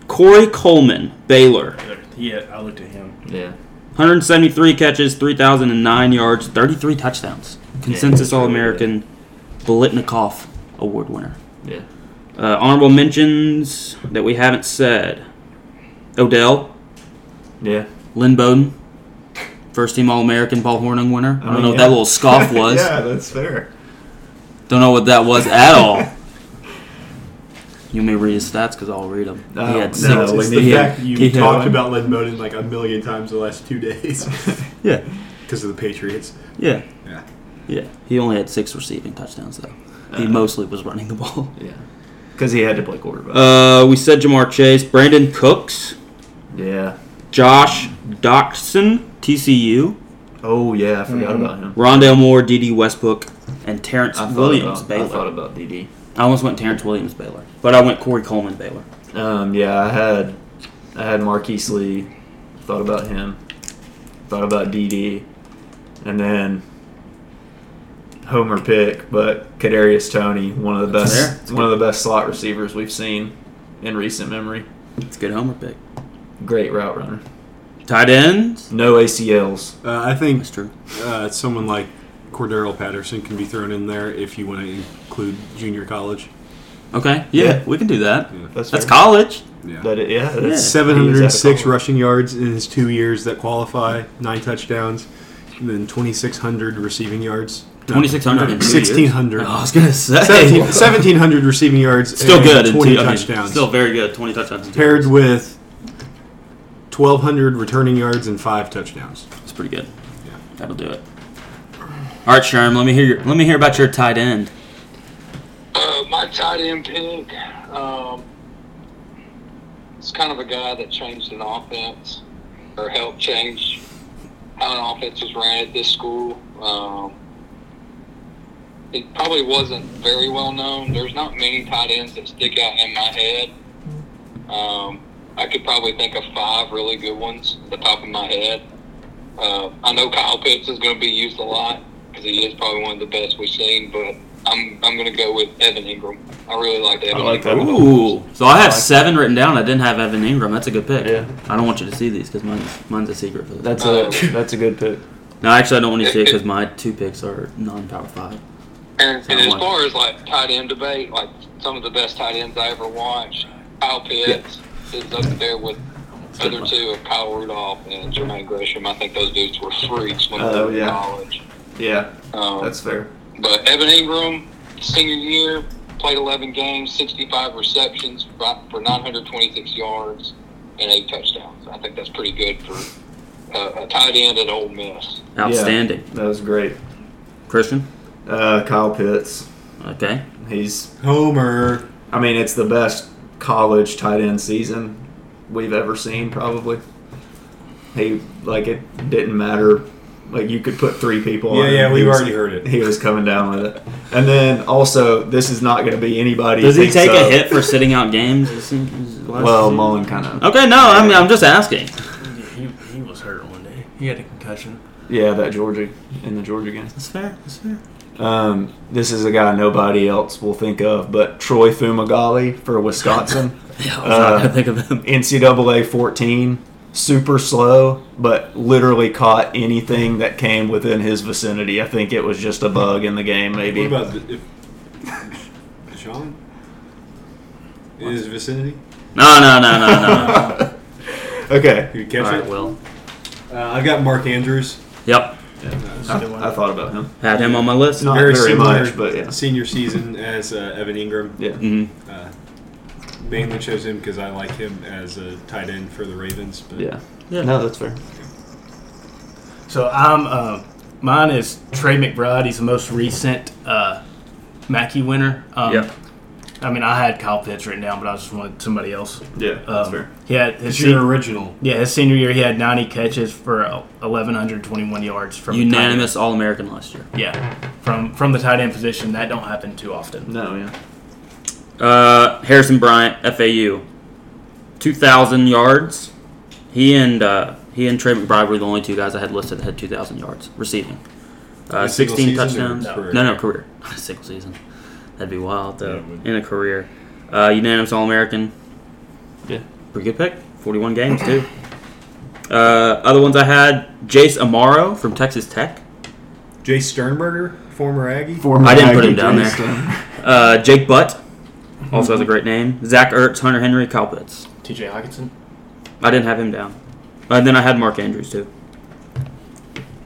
C: Corey Coleman, Baylor.
E: Yeah, I looked at him.
A: Yeah.
C: 173 catches, 3,009 yards, 33 touchdowns. Consensus All American, Bolitnikov Award winner.
A: Yeah.
C: Uh, honorable mentions that we haven't said Odell,
A: (laughs) Yeah.
C: Lynn Bowden, first team All American Paul Hornung winner. I don't
A: mean,
C: know what
A: Oh, yeah.
C: that
A: (laughs)
C: little scoff was.
B: yeah, that's fair.
C: Don't know what that was
A: (laughs)
C: at all. You may read his stats because I'll read them.
A: Oh,
C: he had
A: no,
C: six.
A: we
B: it's
A: need-
B: the fact that you
C: he had-
B: talked about Lynn Bowden like a million times the last two days (laughs)
C: yeah,
B: because of the Patriots.
C: yeah,
B: Yeah.
C: yeah. He only had six receiving touchdowns though. He
A: Uh-huh.
C: mostly was running the ball.
A: Yeah. Because he had to play quarterback.
C: Uh, we said Jamar Chase, Brandon Cooks,
A: yeah.
C: Josh Doxson, TCU,
A: Oh yeah, I forgot about him.
C: Rondell Moore, D.D. Westbrook, and Terrence
A: I thought
C: Williams
A: about, I
C: Baylor.
A: thought about DD.
C: I almost went Terrence Williams Baylor, but I went Corey Coleman Baylor.
A: Um, yeah, I had I had Marquise Lee. Thought about him. Thought about DD, and then Homer pick, but Kadarius Tony, one of the
C: That's fair.
A: best one of the best slot receivers we've seen in recent memory.
C: It's a good homer pick.
A: Great route runner.
C: Tight ends.
A: No ACLs.
B: Uh, I think
C: That's true.
B: uh, someone like Cordero Patterson can be thrown in there if you want to include junior college.
C: Okay, yeah,
A: Yeah.
C: we can do that. That's
A: fair.
C: college.
B: Yeah.
A: That it, yeah,
C: Yeah.
A: that's,
B: 706
A: he's out of
B: rushing yards in his two years that qualify, nine touchdowns, and then 2,600 receiving yards. No,
C: 2,600
B: no,
C: in two years?
B: 1,600.
C: I was (laughs) gonna say
B: 17 1,700 receiving yards.
C: still
B: and
C: good. in
B: 20
C: two- I mean,
B: touchdowns.
C: still very good. Twenty touchdowns. in two
B: paired
C: years.
B: with 1,200 returning yards and five touchdowns.
C: It's pretty good.
B: Yeah.
C: That'll do it. All right, Sherm. Let me hear. Your, let me hear about your tight end.
F: Uh, my tight end pick, um, it's kind of a guy that changed an offense or helped change how an offense was ran at this school. Um, it probably wasn't very well known. There's not many tight ends that stick out in my head. Um, I could probably think of five really good ones at the top of my head. Uh, I know Kyle Pitts is going to be used a lot because he is probably one of the best we've seen, but I'm I'm going to go with Evan Ingram. I really like Evan.
A: like
F: Ingram.
A: that.
C: Ooh. So I have seven written down. I didn't have Evan Ingram. That's a good pick.
A: Yeah.
C: I don't want you to see these because mine's mine's a secret for
A: (laughs)
C: this.
A: That's a that's a good pick.
C: No, actually, I don't want you to see it because my two picks are non-power five.
F: And, and as
C: Someone.
F: far as like tight end debate, like some of the best tight ends I ever watched, Kyle Pitts is up there with
C: It's a good
F: other
C: one.
F: two of Kyle Rudolph and Jermaine Gresham. I think those dudes were freaks when they
A: Oh,
F: were in
A: yeah.
F: college.
A: Yeah,
F: Um,
A: that's fair.
F: but Evan Ingram, senior year, played 11 games, 65 receptions for for 926 yards and eight touchdowns. I think that's pretty good for uh, a tight end at Ole Miss.
C: Outstanding.
A: That was great.
C: Christian.
A: Uh, Kyle Pitts.
C: Okay.
A: He's.
B: Homer.
A: I mean, it's the best college tight end season we've ever seen, probably. He like it didn't matter. Like you could put three people.
B: Yeah,
A: on him.
B: yeah,
A: He
B: we've
A: was-
B: already heard it.
A: He was coming down with it, and then also this is not going to be anybody.
C: Does he
A: thinks
C: take a
A: of-
C: hit for sitting out games? this se- this last
A: Well,
C: season?
A: Mullen kind of.
C: Okay. No, I mean I'm just asking.
E: He, he was hurt one day. He had a concussion.
A: Yeah, that Georgia in the Georgia game.
C: That's fair. That's fair.
A: Um, this is a guy nobody else will think of, but Troy Fumagalli for Wisconsin.
C: (laughs) Yeah, I was not
A: Uh,
C: gonna think of him.
A: NCAA 14, super slow, but literally caught anything that came within his vicinity. I think it was just a bug in the game, maybe.
B: What about the, if, Deshaun? In his vicinity?
C: (laughs) No,
A: (laughs)
C: no, no, no, no. no.
A: okay.
B: Who
C: All
B: catch
C: right,
B: it?
C: Will.
B: Uh, I've got Mark Andrews.
C: Yep.
A: I, I thought about him.
C: Had him on my list.
A: Not
B: Uh, very,
A: very
B: similar
A: much, but yeah.
B: senior season as uh, Evan Ingram.
A: Yeah.
C: hmm
B: Uh, mainly chose him because I like him as a tight end for the Ravens. But
A: Yeah.
C: Yeah.
A: No, that's fair.
E: So I'm uh, mine is Trey McBride. He's the most recent uh, Mackey winner. Um,
C: Yep.
E: I mean, I had Kyle Pitts written down, but I just wanted somebody else.
A: Yeah,
E: Um, He had his
B: it's
E: sen-
B: your original.
E: yeah his senior year. He had 90 catches for uh, 1121 yards from the tight end.
C: Unanimous All American last year.
E: Yeah, from from the tight end position, that don't happen too often.
A: No, yeah.
C: Uh, Harrison Bryant, FAU, two thousand yards. He and uh, he and Trey McBride were the only two guys I had listed that had two thousand yards receiving. Uh,
B: a single
C: Sixteen
B: season or
C: touchdowns.
B: career?
C: No, no career. (laughs) Not a single season. That'd be wild though. In a career, uh, unanimous All American.
A: Yeah.
C: pretty good pick. Forty-one games too. Uh, other ones I had Jace Amaro from Texas Tech.
B: Jay Sternberger, former Aggie.
A: Former
C: I didn't put
A: Aggie
C: him down
A: Jason.
C: (laughs) Uh, Jake Butt also has a great name. Zach Ertz, Hunter Henry, Kyle Pitts.
E: TJ Hawkinson.
C: I didn't have him down. And then I had Mark Andrews too.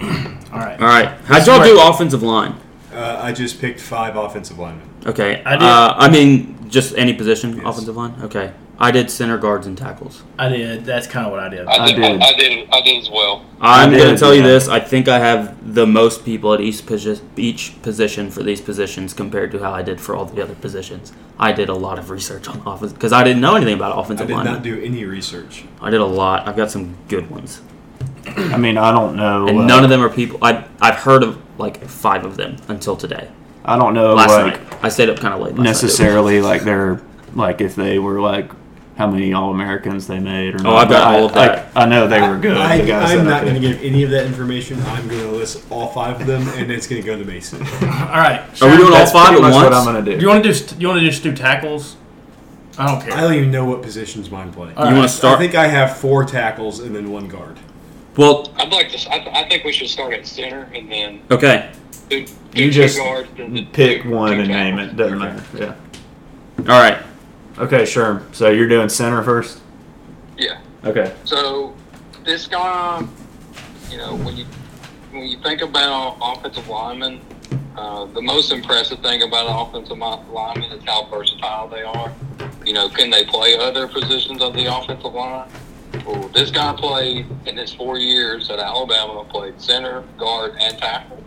E: All right.
C: All right, how'd y'all do offensive line?
B: Uh, I just picked five offensive linemen.
C: Okay,
E: I
C: I,
E: did-
C: uh, I mean just any position,
B: Yes.
C: offensive line. Okay, I did center guards and tackles.
E: I did. That's kind of what I did.
F: I
A: I
F: did,
A: did.
F: I, I did. I did as well.
C: I'm
A: I
C: going
A: did,
C: to tell you
A: yeah.
C: this. I think I have the most people at each, posi- each position for these positions compared to how I did for all the other positions. I did a lot of research on offense because I didn't know anything about
B: I
C: offensive
B: did
C: linemen.
B: not do any research.
C: I did a lot. I've got some good ones,
A: I mean, I don't know.
C: and
A: uh,
C: none of them are people I I've heard of like five of them until today.
A: I don't know
C: Last
A: like
C: night I stayed up kind of late. Last
A: Oh, necessarily like they're like if they were like how many All Americans they made or.
C: Oh,
A: not,
C: I've got
A: but
C: all of
A: I,
C: that.
A: I, I know they were good.
B: I,
A: the guys that
B: I'm
A: I
B: not going to
A: picked.
B: give any of that information. I'm going to list all five of them, and it's going to go to Mason.
E: All right.
C: Night. Are we
E: Sharon,
C: doing all
A: That's
C: five
A: pretty
C: at
A: much
C: once?
A: what I'm gonna do.
E: Do you want to do? st- You want to just do tackles? I don't care.
B: I don't even know what positions mine play.
E: All
C: you want
E: right.
C: to start?
B: I think I have four tackles and then one guard.
C: well,
F: I'd like to. I, I think we should start at center and then
C: okay.
F: do, do
A: You
F: two
A: just
F: guards, then do
A: Pick
F: two-
A: one
F: two
A: and name
F: tackles.
A: it. Doesn't matter. Yeah.
C: All right.
A: Okay, sure. So you're doing center first.
F: Yeah.
A: Okay.
F: So this guy, you know, when you when you think about offensive linemen, uh, the most impressive thing about an offensive mi- lineman is how versatile they are. You know, can they play other positions of the offensive line? Well, this guy played in his four years at Alabama, played center, guard, and tackle.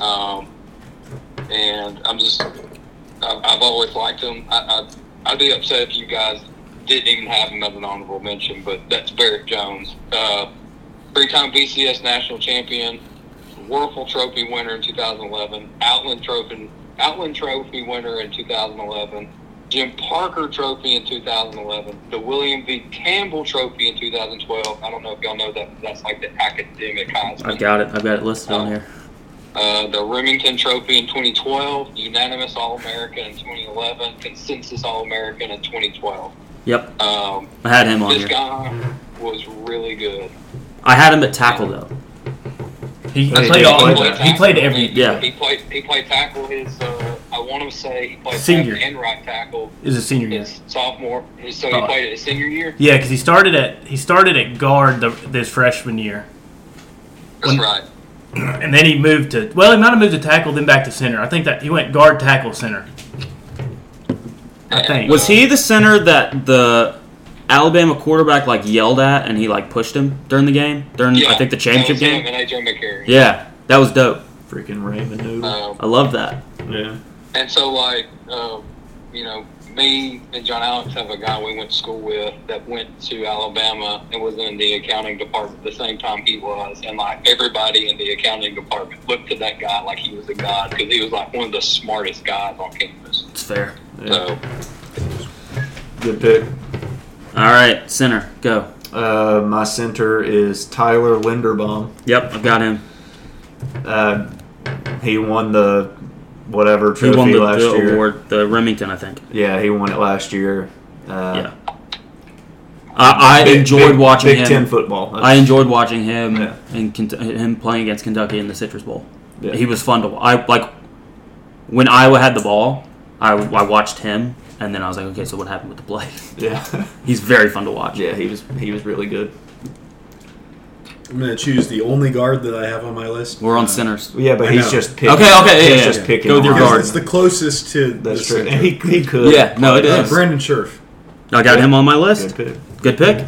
F: Um, and I'm just, I've, I've always liked him. I, I, I'd be upset if you guys didn't even have him as an honorable mention, but that's Barrett Jones. Uh, three-time BCS national champion, Werfel Trophy winner in 2011, Outland Trophy, Outland Trophy winner in 2011, Jim Parker Trophy in 2011, the William V. Campbell Trophy in 2012. I don't know if y'all know that. That's like the academic Heisman
C: I've got it. I've got it listed on here.
F: uh, the Remington Trophy in 2012, unanimous All American in 2011, consensus All American in 2012.
C: Yep.
F: Um,
C: I had him on
F: this
C: here.
F: guy was really good.
C: I had him at tackle though.
E: He, he
A: That's
E: played
A: good.
E: all.
A: He
E: He
A: played
E: played,
F: tackle.
E: every.
C: Yeah.
F: He played he played tackle his uh, I want to say he played
E: Senior.
F: left and right tackle
E: Is a senior year.
F: his sophomore. His, so
E: Oh.
F: he played it his senior year.
E: Yeah, because he started at he started at guard the, this freshman year,
F: That's
E: When-
F: right.
E: and then he moved to well, he might have moved to tackle, then back to center. I think that he went guard, tackle, center. I
F: And,
E: think.
C: Was he the center that the Alabama quarterback like yelled at and he like pushed him during the game during
F: Yeah,
C: I think the
F: that
C: championship
F: was him
C: game?
F: and A.J. McCarron.
C: Yeah, that was dope.
A: Freaking Raymond Noodle.
F: Um,
C: I love that.
A: Yeah.
F: And so, like, um, you know, me and John Alex have a guy we went to school with that went to Alabama and was in the accounting department the same time he was. And, like, everybody in the accounting department looked to that guy like he was a god because he was, like, one of the smartest guys on campus.
C: It's fair. uh,
F: So,
A: Good pick.
C: All right, center, go.
A: Uh, my center is Tyler Linderbaum.
C: Yep, I've got him.
A: Uh, he won the whatever
C: He
A: trophy
C: won the,
A: last
C: the
A: year.
C: award, the Remington, I think.
A: Yeah, he won it last year. Uh,
C: yeah. I, I
A: big-
C: enjoyed
A: big-
C: watching
A: Big
C: him.
A: Ten football.
C: I enjoyed watching him
A: Yeah.
C: and Kent- him playing against Kentucky in the Citrus Bowl.
A: Yeah.
C: He (laughs) was fun to I like when Iowa had the ball. I, I watched him and then I was like, okay, so what happened with the play? (laughs)
A: Yeah,
C: He's very fun to watch.
A: yeah, he was he was really good.
B: I'm going to choose the only guard that I have on my list.
C: We're on
B: Uh,
C: centers.
A: Yeah, but
B: I
A: he's
B: know.
A: just picking.
C: Okay, okay, yeah,
A: he's
C: yeah,
A: just
B: yeah.
A: picking.
C: Go with your
A: on-
B: Because
C: guard.
B: it's the closest to the
A: That's true.
B: center.
A: And he, he could.
C: Yeah, no, it
B: Uh,
C: is.
B: Brandon Scherf,
C: I got him on my
A: Good
C: list.
A: pick. (clears throat)
C: Good pick.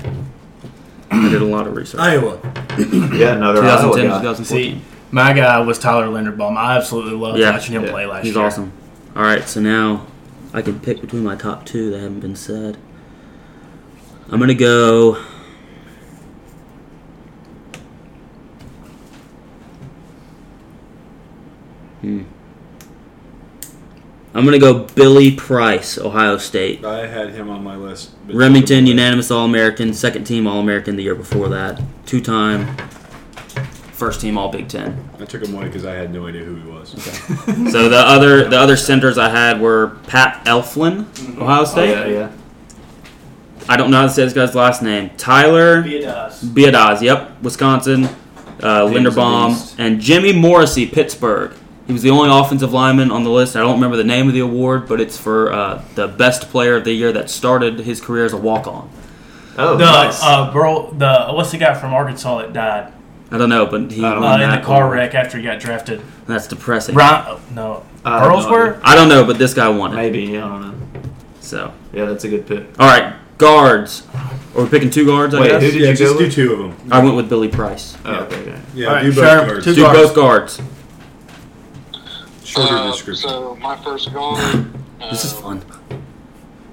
C: I did a lot of research.
B: Iowa.
A: Yeah, another Iowa
C: 2010
A: guy.
C: 2014.
E: My guy was Tyler Linderbaum. I absolutely loved
C: Yeah.
E: watching him
A: Yeah.
E: play last
C: He's
E: year.
C: awesome. All right, so now I can pick between my top two that haven't been said. I'm gonna go. Hmm. I'm gonna go Billy Price, Ohio State.
B: I had him on my list. but-
C: Remington, unanimous All American, second team All American the year before that, two time, first team All Big Ten.
B: I took him away because I had no idea who he was.
G: (laughs)
C: So the other the other centers I had were Pat Elflin, Ohio
A: Oh, yeah,
C: State,
A: yeah.
C: I don't know how to say this guy's last name. Tyler
E: Beadas.
C: Biadas, yep, Wisconsin, uh,
G: James
C: Linderbaum,
G: East.
C: and Jimmy Morrissey, Pittsburgh. He was the only offensive lineman on the list. I don't remember the name of the award, but it's for uh, the best player of the year that started his career as a walk-on.
G: Oh,
E: The
G: nice.
E: uh, bro, the what's the guy from Arkansas that died
C: I don't know, but he
G: I don't
E: uh,
C: won
E: in
C: that
E: the car
C: award.
E: wreck after he got drafted?
C: That's depressing.
E: Brian, no,
G: I don't know.
E: Earlsworth.
C: I don't know, but this guy won it.
G: Maybe I don't know.
C: So,
G: Yeah, that's a good pick.
C: all right, guards. Are we picking two guards? I
G: Wait,
C: guess
G: who did
B: yeah,
G: you
B: just
G: go
B: do
G: with?
B: two of them.
C: I went with Billy Price.
G: Oh, okay, okay.
B: Yeah,
E: All right,
B: do both
E: Sharon,
B: cards.
E: two-
C: Do
E: guards.
C: both guards.
B: Shorter
F: Uh,
B: description.
F: So my first guard. Uh,
C: This is fun.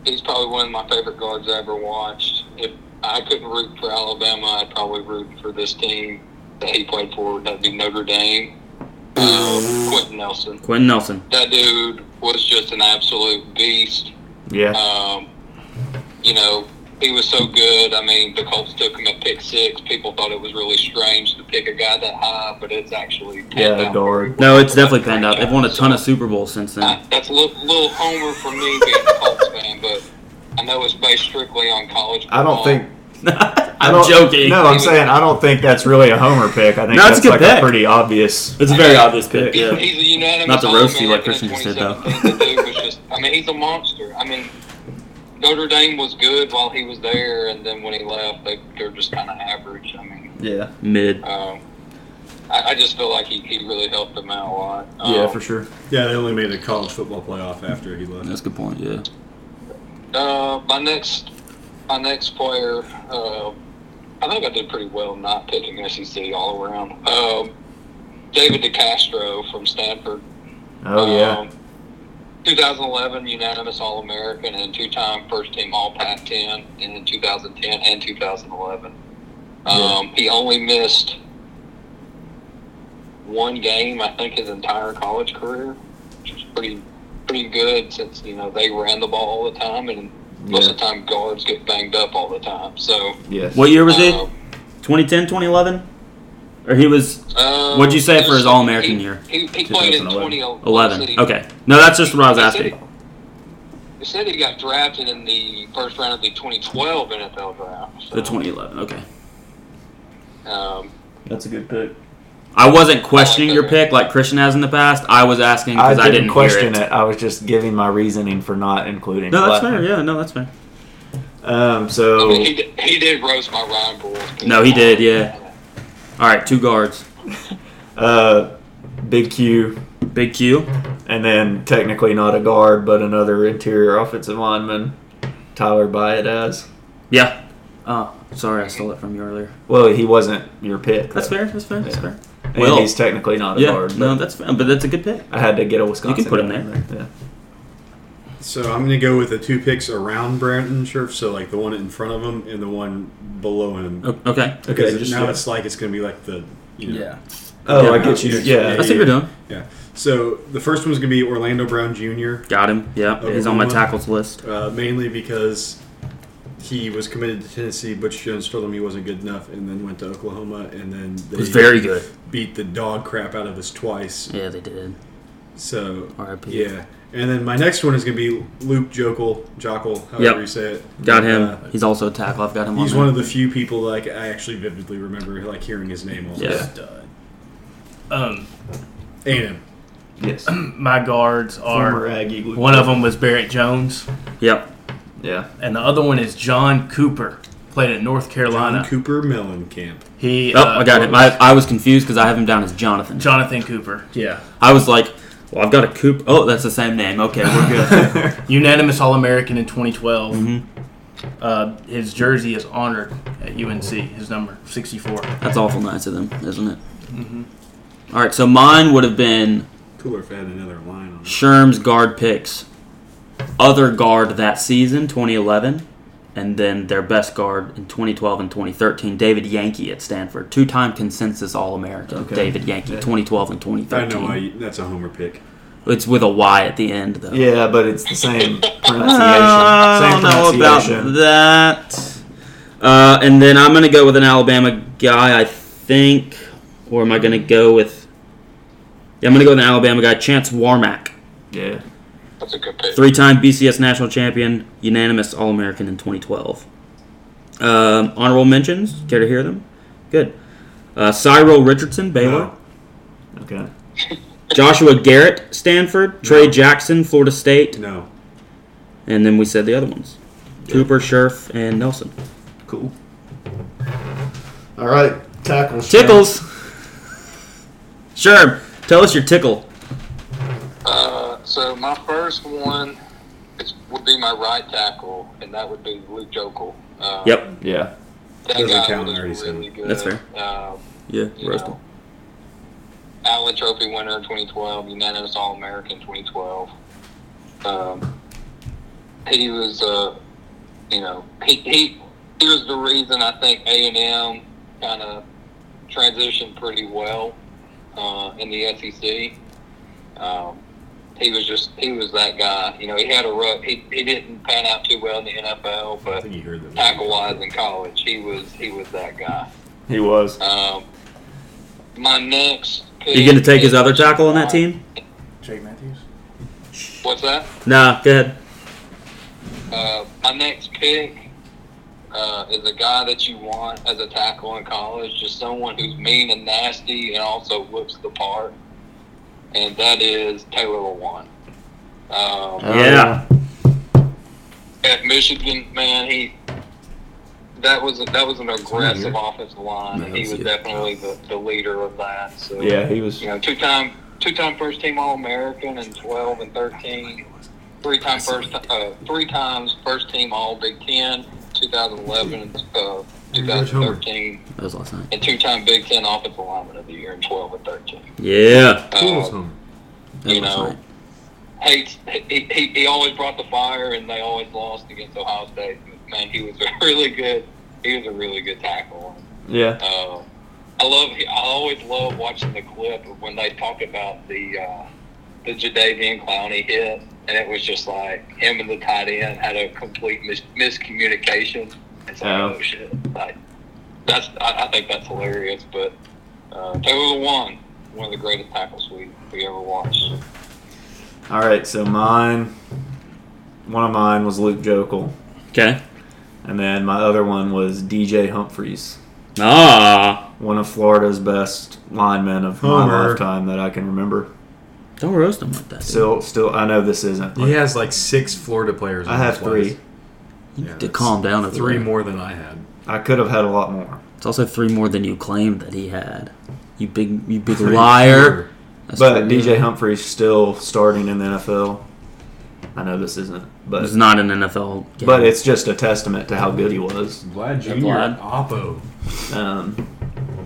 F: He's probably one of my favorite guards I ever watched. If I couldn't root for Alabama, I'd probably root for this team that he played for. That'd be Notre Dame.
G: Mm-hmm.
F: Um, Quentin Nelson.
C: Quentin Nelson.
F: That dude was just an absolute beast.
G: Yeah.
F: Um, you know, he was so good. I mean, the Colts took him at pick six. People thought it was really strange to pick a guy that high, but it's actually panned
G: Yeah,
F: out.
G: guard.
C: No, it's definitely panned out. They've won a ton of Super Bowls since
F: Uh,
C: then. (laughs)
F: that's a little, little homer for me being a Colts fan, but I know it's based strictly on college.
G: I don't
F: football.
G: think. I
C: I'm
G: don't-
C: joking.
G: No, I'm saying I don't think that's really a homer pick. I think
C: No, it's
G: that's
C: a good
G: like a
C: pick.
G: pretty obvious.
C: It's a very obvious pick.
G: Pick.
C: Yeah.
F: (laughs) He's a unanimous.
C: Not to
F: All-American
C: roast you like
F: Oh, in
C: Christian just did, though.
F: 2017. The dude was just- I mean, he's a monster. I mean, Notre Dame was good while he was there, and then when he left, they, they're just kind of average. I mean,
G: Yeah.
C: Mid.
F: um, I, I just feel like he, he really helped them out a lot. Um,
G: Yeah, for sure.
B: Yeah, they only made a college football playoff after he left.
C: That's a good point. Yeah.
F: Uh, my next, my next player, uh, I think I did pretty well not picking SEC all around. Um, David DeCastro from Stanford.
G: Oh yeah.
F: Um, 2011 unanimous All American and two time first team All Pac 10 in 2010 and 2011. Um, He only missed one game, I think, his entire college career, which is pretty pretty good since you know they ran the ball all the time and most of the time guards get banged up all the time. So
G: Yes.
C: What year was it?
F: um,
C: 2010, 2011? Or he was.
F: um,
C: What'd you say for his
F: he-
C: All-American year?
F: He, he played in
G: 2011.
F: 2011.
C: 11. Okay. No, that's just what I was
F: He said
C: asking.
F: he- He said he got drafted in the first round of the 2012 NFL draft. so,
C: The 2011. Okay.
F: Um,
G: That's a good pick.
C: I wasn't questioning your pick like Christian has in the past. I was asking
G: I
C: because
G: didn't,
C: I, didn't
G: question
C: hear
G: it. I was just giving my reasoning for not including.
C: No, that's fair.
G: Platinum.
C: Yeah, no, that's fair.
G: Um.
F: I
G: So
F: (laughs) mean, he, did, he did roast my Ryan Bulls.
C: Oh. No, he did, yeah. All right, two guards.
G: uh, Big Q,
C: Big Q.
G: and then technically not a guard, but another interior offensive lineman, Tyler Biadasz.
C: Yeah. Oh, sorry, I stole it from you earlier.
G: Well, he wasn't your pick.
C: That's
G: though.
C: fair. That's fair. That's
G: Yeah.
C: fair.
G: And
C: Well,
G: he's technically not a
C: yeah.
G: guard.
C: no,
G: but
C: that's fair. But that's a good pick.
G: I had to get a Wisconsin.
C: put him
G: guy
C: there.
G: in Yeah.
B: So I'm going to go with the two picks around Brandon Scherf, so like the one in front of him and the one below him.
C: O- Okay.
B: Because
G: Okay, just-
B: now
G: yeah.
B: it's like it's going to be like the you know, yeah.
G: Oh,
C: Yeah.
G: I get you.
B: Yeah.
C: I see what you're doing.
B: So the first one's going to be Orlando Brown Jr.
C: Got him. Yeah,
B: Okay,
C: he's on my
B: one.
C: tackles list.
B: Uh, mainly because he was committed to Tennessee. Butch Jones told him he wasn't good enough, and then went to Oklahoma, and then they
C: He's very good.
B: beat the dog crap out of us twice.
C: Yeah, they did.
B: So
C: R.I.P.
B: yeah. And then my next one is going to be Luke Jokel, Jokel, however
C: Yep.
B: you say it.
C: Got him.
B: Uh,
C: he's also a tackle. I've got him.
B: He's
C: on
B: one
C: there.
B: of the few people like I actually vividly remember like hearing his name all
C: Yeah.
E: Um,
B: A&M.
G: Yes.
E: my guards
G: Former
E: are
G: Aggie. Luke
E: one of them was Barrett Jones,
C: Yep. Oh,
G: Yeah.
E: and the other one is John Cooper. Played at North Carolina.
B: John Cooper (laughs) Mellencamp.
E: He.
C: Oh,
E: uh,
C: I got him. I, I was confused because I have him down as Jonathan.
E: Jonathan Cooper. Yeah.
C: I was like, well, I've got a Coop. Oh, that's the same name. Okay, we're (laughs) good.
E: Unanimous All American in 2012.
C: Mm-hmm.
E: Uh, his jersey is honored at UNC. His number 64.
C: that's awful nice of them, isn't it?
B: Mm-hmm.
C: All right, so mine would have been
B: Cooler if I had another line on it.
C: Sherm's guard picks, other guard that season, 2011, and then their best guard in 2012 and 2013, David Yankee at Stanford, two-time consensus All-American,
G: Okay.
C: David Yankee, 2012 and
B: I
C: 2013.
B: know why you, that's a homer pick.
C: It's with a Y at the end, though.
G: Yeah, but it's
C: (laughs)
G: the same pronunciation.
C: Uh, I
G: same
C: don't know
G: pronunciation.
C: about that. Uh, and then I'm gonna go with an Alabama guy, I think, or am I gonna go with? Yeah, I'm gonna go with an Alabama guy, Chance Warmack,
G: Yeah.
F: That's a good pick.
C: three-time BCS national champion, unanimous All-American in 2012. Um, honorable mentions. Care to hear them? Good. Uh, Cyril Richardson, Baylor.
G: Okay.
C: Joshua Garrett, Stanford. Trey Jackson, Florida State.
B: No.
C: And then we said the other ones Cooper, Scherf, and Nelson.
G: Cool.
A: All right, tackles.
C: Tickles! Sure. Tell us your tickle.
F: Uh, so my first one is, would be my right tackle, and that would be Luke Jokel. Uh,
C: Yep.
G: Yeah.
F: that
B: Doesn't
F: guy
B: count,
F: was
B: I already said
F: really good.
C: That's fair.
F: Um,
C: Yeah,
F: you
C: roast
F: know, Allen Trophy winner in 2012, unanimous All American 2012. Um, he was, uh, you know, he, he he was the reason I think A and M kind of transitioned pretty well uh, in the SEC. Um, he was just he was that guy. You know, he had a rough. He, he didn't pan out too well in the NFL,
B: I
F: but
B: think you heard that.
F: tackle wise in college, he was he was that guy.
A: He was.
F: Um, my next. Pick
C: You going to take his
F: is-
C: other tackle on that team?
E: Jake Matthews.
F: What's that?
C: Nah, go ahead.
F: Uh, my next pick uh, is a guy that you want as a tackle in college, just someone who's mean and nasty and also looks the part, and that is Taylor Lewan. Um,
C: yeah.
F: at Michigan, man, he that was that was an aggressive offensive line, and he was definitely the, the leader of that. So
A: Oh, Yeah, he was.
F: you know, two time two time first team All American in twelve and thirteen, three time first uh, three times first team All Big Ten, 2011, uh, 2013,
C: That was last night.
F: and two time Big Ten offensive lineman of the year in twelve and thirteen.
C: Yeah.
F: Uh,
C: That was
F: You
C: last
F: know,
C: night.
F: hates he, he, he always brought the fire and they always lost against Ohio State. Man, he was a (laughs) really good he was a really good tackle.
A: Yeah.
F: Uh, I love I always love watching the clip of when they talk about the uh, the Jadavian Clowney hit and it was just like him and the tight end had a complete mis- miscommunication. It's like
A: Oh.
F: oh, shit. Like that's I, I think that's hilarious, but uh, Taylor one one of the greatest tackles we, we ever watched.
A: All right, so mine. One of mine was Luke Jokel,
C: Okay.
A: and then my other one was DJ Humphreys,
C: Ah.
A: one of Florida's best linemen of my
B: Homer.
A: lifetime that I can remember.
C: Don't roast him like that. dude.
A: Still, still, I know this isn't.
B: He has like six Florida players.
A: I
B: on
A: have
B: his
A: three.
B: list.
C: You
B: Yeah,
C: need to
B: that's
C: calm down a
B: Three
C: little.
B: more than I had.
A: I could have had a lot more.
C: It's also three more than you claimed that he had. You big, you big liar. That's
A: But
C: pretty
A: DJ
C: good.
A: Humphreys still starting in the NFL. I know this isn't, but
C: It's not an NFL. Game.
A: but it's just a testament to how good he was.
B: Vlad Jr.
C: Vlad.
B: Oppo.
A: Um,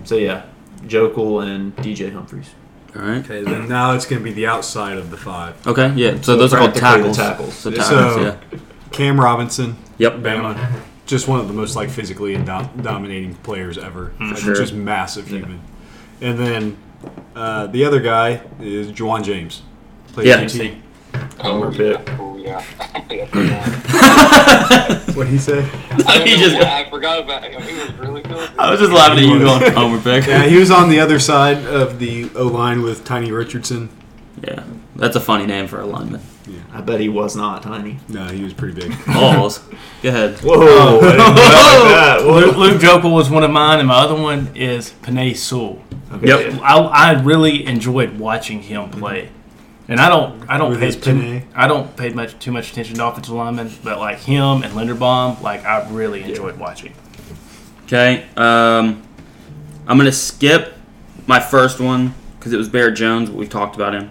A: so yeah, Jokel and DJ Humphreys.
C: all right.
B: Okay, then now it's going to be the outside of the five.
C: Okay, yeah. So, those are called
A: practically
C: tackles.
A: the tackles.
C: So
B: So-
C: tackles. yeah. (laughs)
B: Cam Robinson,
C: Yep.
B: Bama. Just one of the most like physically dom- dominating players ever. Like,
C: sure.
B: Just massive human. And then uh, the other guy is Juwan James. Played
C: Yeah.
B: UT.
F: Oh,
A: pick.
F: yeah. (laughs) Oh, yeah.
B: What'd he say?
F: I,
C: He
F: he
C: just-
F: just, I forgot about him. He was really good.
C: I was just laughing at you going "Oh, Homer Beck.
B: (laughs) yeah, he was on the other side of the O line with Tiny Richardson.
C: Yeah, that's a funny name for a lineman.
A: I bet he was not tiny.
B: No, he was pretty big.
C: Balls. Go
A: (laughs)
C: ahead.
A: Whoa! I didn't know that.
E: Luke, Luke Jokel was one of mine, and my other one is Panay Sewell.
C: Yep.
E: I, I really enjoyed watching him
C: Mm-hmm.
E: play, and I don't I don't
B: With
E: pay
B: his
E: too,
B: Panay.
E: I don't pay much too much attention to offensive linemen, but like him and Linderbaum, like I really enjoyed watching.
C: Okay. Um, I'm gonna skip my first one because it was Barrett Jones, but we've talked about him.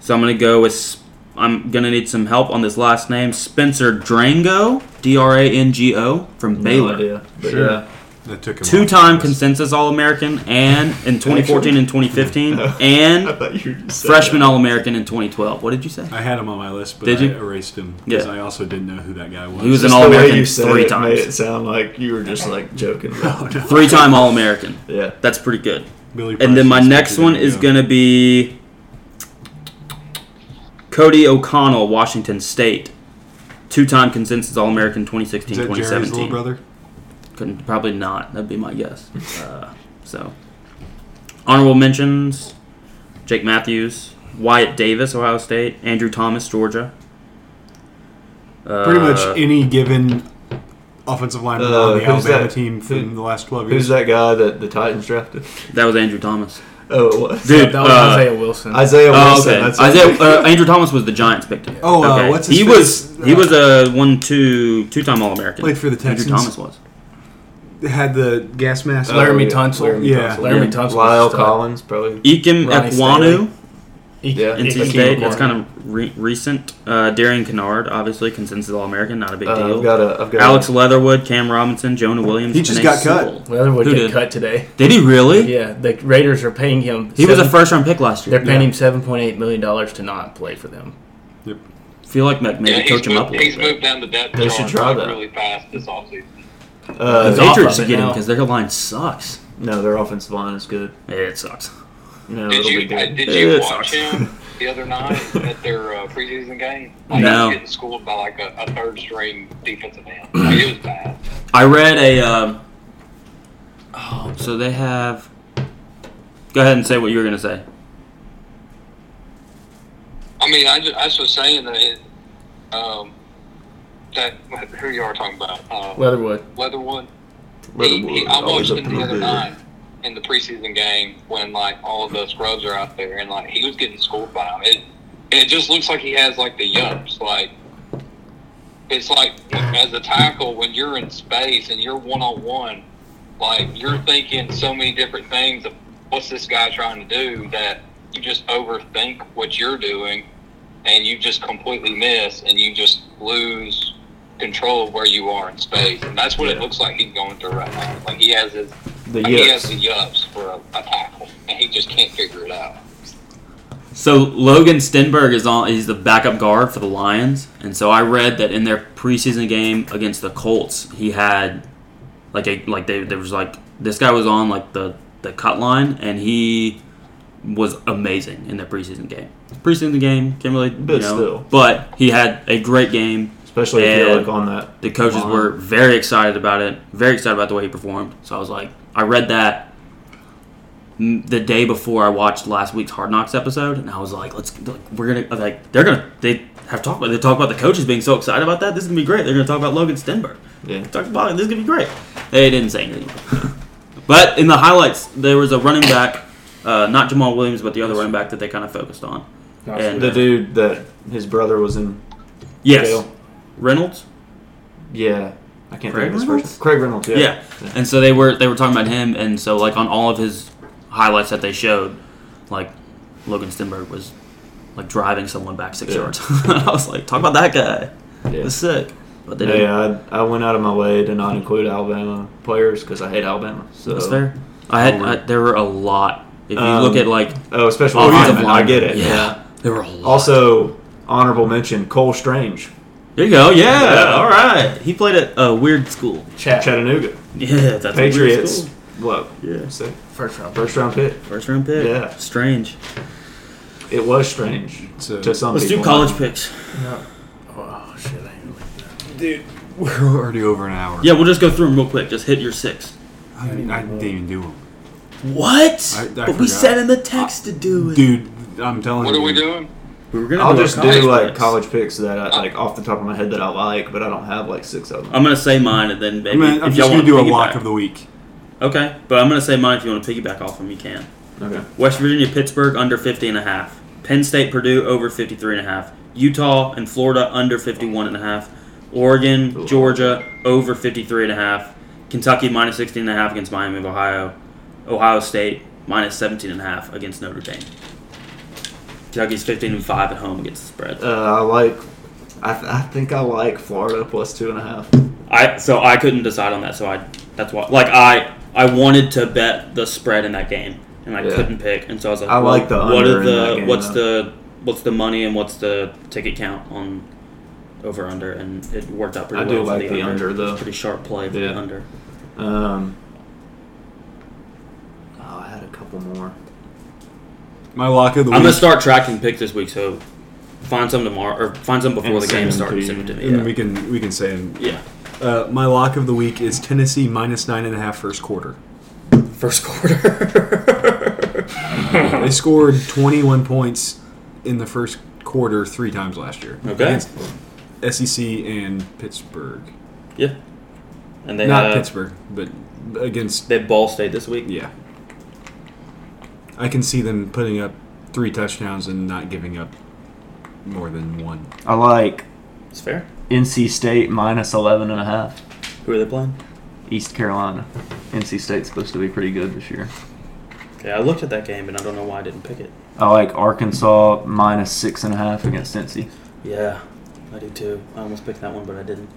C: So I'm gonna go with. Sp- I'm gonna need some help on this last name, Spencer Drango, D R A N G O, from
A: No
C: Baylor.
A: idea. But
B: Sure.
A: yeah.
B: That took him off the
C: Two-time
B: list.
C: consensus All-American, and in 2014
A: (laughs)
C: and 2015, and
A: thought you were just saying
C: freshman All-American in 2012. What did you say?
B: I had him on my list, but
C: Did
B: I
C: you?
B: erased him because
C: Yeah.
B: I also didn't know who that guy was.
C: He was
A: that. Just
C: an
B: (laughs)
A: the way
C: All-American
A: you said
C: three
A: it made it
C: times.
A: sound like you were just like joking. (laughs) About it.
C: Three-time All-American.
A: Yeah.
C: That's pretty good.
B: Oh, Billy Price
C: And then my
B: was
C: next
B: two
C: one
B: years
C: is
B: ago.
C: going to be Cody O'Connell, Washington State. Two time consensus All American 2016
B: Is that Jerry's little
C: 2017.
B: brother?
C: Couldn't, probably not. That'd be my guess. Uh, so, honorable mentions Jake Matthews, Wyatt Davis, Ohio State, Andrew Thomas, Georgia.
B: Pretty much
C: Uh,
B: any given offensive lineman
A: Uh,
B: on the
A: who's
B: Alabama
A: that?
B: team from
A: Who-
B: the last twelve
A: Who's
B: years.
A: that guy that the Titans drafted? (laughs)
C: That was Andrew Thomas.
A: Oh, it was.
C: Dude,
E: that was
C: uh,
E: Isaiah Wilson.
A: Isaiah
C: Oh,
A: Wilson.
C: okay.
A: That's
C: Isaiah, uh, Andrew Thomas was the Giants picked up.
B: Oh, uh,
C: okay.
B: what's his
C: he
B: face? Uh,
C: was he was a one two two time All American.
B: Played for the
C: Andrew
B: Texans.
C: Thomas was.
B: Had the gas mask.
E: Laramie
A: yeah.
E: Tunsil.
A: Laramie
B: Yeah.
A: Tunsil.
E: Laramie
C: Yeah.
E: Tunsil.
A: (laughs) Lyle
E: was a stud.
A: Collins, probably.
C: Ikem
E: Ronnie
C: Ekwanu,
E: He-
A: Yeah.
E: he-
C: NC
E: he-
C: State.
E: he-
C: That's kind of re- recent. Uh, Darian Kennard, obviously consensus All American, not a big
A: Uh,
C: deal.
A: I've got a. I've got
C: Alex Leatherwood, Cam Robinson, Jonah Williams.
B: He just
C: Panay
B: got cut.
C: Sewell.
E: Leatherwood
C: Who
E: get
C: did?
E: cut today. (laughs)
C: Did he really?
E: Yeah, the Raiders are paying him.
C: He was a
E: seven-
C: first round pick last year.
E: They're paying him seven point eight million dollars to not play for them.
C: I feel like maybe
F: Yeah,
C: coach
F: he's
C: him up a
F: moved,
C: little
F: he's
C: bit.
F: moved down the depth
A: They
F: chart
A: should try
F: like,
A: that.
F: really fast this offseason.
A: a. Uh,
E: He's
C: The
E: off
C: Patriots
E: of
C: should
E: it
C: get him
E: now.
C: because their line sucks.
A: no, their offensive line is good.
C: It sucks.
A: No,
F: Did
A: it'll
F: you
A: be
F: uh,
A: good.
C: (laughs)
F: did you
C: It sucks.
F: watch him the other
C: (laughs)
F: night at their uh, preseason game? Like, He
C: No.
F: was getting schooled by like a, a third string defensive
C: (clears throat)
F: end. Like, it was bad.
C: I read a. Um, oh, so they have. Go ahead and say what you were gonna say.
F: I mean, I, ju- I was just saying that it, um, that who you are talking about, uh,
E: Leatherwood.
F: Leatherwood. He,
A: Leatherwood,
F: he, I
A: always up
F: watched him
A: to
F: the
A: no
F: other
A: good.
F: night in the preseason game when like all of the scrubs are out there and like he was getting schooled by him. It, and it just looks like he has like the yumps. Like it's like as a tackle when you're in space and you're one on one, like you're thinking so many different things of what's this guy trying to do that you just overthink what you're doing and you just completely miss and you just lose control of where you are in space. And that's what it looks like he's going through right now. Like he has his
A: The
F: like, he has the
A: Yips.
F: yups for a, a tackle and he just can't figure it out.
C: So Logan Stenberg is on. He's the backup guard for the Lions, and so I read that in their preseason game against the Colts, he had like a like they there was like this guy was on like the the cut line, and he was amazing in their preseason game. Preseason game, can't really,
A: But
C: you know,
A: still.
C: but he had a great game.
A: Especially if you're
C: And-
A: like on that.
C: The coaches
A: Wow.
C: were very excited about it, very excited about the way he performed. So I was like, I read that m- the day before I watched last week's Hard Knocks episode, and I was like, let's, like, we're gonna, I was like, they're gonna, they have talked about, they talk about the coaches being so excited about that. This is gonna be great. They're gonna talk about Logan Stenberg.
A: Yeah.
C: Talk about it. This is gonna be great. They didn't say anything. (laughs) but in the highlights, there was a running back, uh, not Jamal Williams, but the other running back that they kind of focused on. And
A: The dude that his brother was in
C: yes,
A: jail.
C: Reynolds.
A: Yeah. I can't
C: Craig
A: think of his
C: Reynolds?
A: first name. Craig Reynolds, yeah.
C: Yeah. And so they were they were talking about him, and so like on all of his highlights that they showed, like Logan Stenberg was like driving someone back six
A: Yeah.
C: yards. (laughs) I was like, talk about that guy.
A: Yeah.
C: That's sick. But they
A: Yeah,
C: didn't.
A: I, I went out of my way to not include Alabama players because I hate Alabama. So
C: That's fair. I had I, there were a lot. If you
A: Um,
C: look at like
A: Oh, especially
C: offensive
A: linemen. I
C: linemen,
A: get it.
C: Yeah, there were a lot.
A: Also, honorable mention Cole Strange,
C: there you go. Yeah,
A: Yeah.
C: all right. He played at a weird school.
E: Chat.
A: Chattanooga,
C: Yeah, (laughs) that's A weird
A: Patriots.
C: school.
A: What?
C: Yeah.
A: So,
E: First round.
A: first round pick.
C: First round pick.
A: Yeah.
C: strange.
A: It was strange
B: So-
A: to some
C: Let's do
A: people.
C: college picks.
E: Oh shit! I ain't
B: We're (laughs) already over an hour.
C: Yeah, we'll just go through them real quick. Just hit your six.
B: I, didn't- I didn't even do them,
C: What?
B: I- I
C: but we
B: forgot.
C: said in the text to do it.
B: dude. I'm telling
F: What
B: you.
F: are we doing?
C: we were gonna
A: I'll
C: do a
A: just do like
C: picks.
A: college picks that I, like off the top of my head that I like, but I don't have like six of them.
C: I'm gonna say mine and then maybe
B: I'm, gonna,
C: if
B: I'm
C: y'all
B: just gonna
C: wanna
B: do a
C: piggyback-
B: lock of the week.
C: Okay, but I'm gonna say mine if you want to piggyback off them, you can.
A: Okay.
C: West Virginia, Pittsburgh under 50 and a half. Penn State, Purdue over 53 and a half. Utah and Florida under 51 and a half. Oregon,
A: Ooh.
C: Georgia over 53 and a half. Kentucky minus 16 and a half against Miami of Ohio. Ohio State minus 17 and a half against Notre Dame. Kentucky's 15 and 5 at home against the spread.
A: Uh, I like. I, th- I think I like Florida plus two and a half.
C: I so I couldn't decide on that, so I that's why like I I wanted to bet the spread in that game, and I
A: Yeah.
C: couldn't pick, and so I was like,
A: I like the
C: what
A: under
C: are
A: in
C: the
A: that game,
C: what's
A: though.
C: the what's the money and what's the ticket count on over under, and it worked out pretty
A: I
C: well.
A: do
C: for
A: like
C: the,
A: the under, though.
C: Pretty sharp play for the
A: Yeah.
C: under.
A: Um, oh, I had a couple more.
B: My lock of the
C: I'm gonna
B: week.
C: start tracking picks this week, so find some tomorrow or find some before
A: And
C: the
A: send
C: game
A: them
C: starts.
A: to
C: send them to
B: and
C: me.
B: we can we can say. it.
C: Yeah.
B: Uh, my lock of the week is Tennessee minus nine and a half first quarter.
C: yeah, first quarter. (laughs)
B: They scored 21 points in the first quarter three times last year.
C: Okay.
B: Against SEC and Pittsburgh.
C: yeah, and they
B: Not
C: had,
B: Pittsburgh, but against
C: They had Ball State this week.
B: yeah. I can see them putting up three touchdowns and not giving up more than one.
A: I like
C: It's fair.
A: NC State minus 11 and a half.
C: Who are they playing?
A: East Carolina. NC State's supposed to be pretty good this year.
C: Okay, I looked at that game and I don't know why I didn't pick it.
A: I like Arkansas minus six and a half against Cincy.
C: Yeah, I do too. I almost picked that one, but I didn't.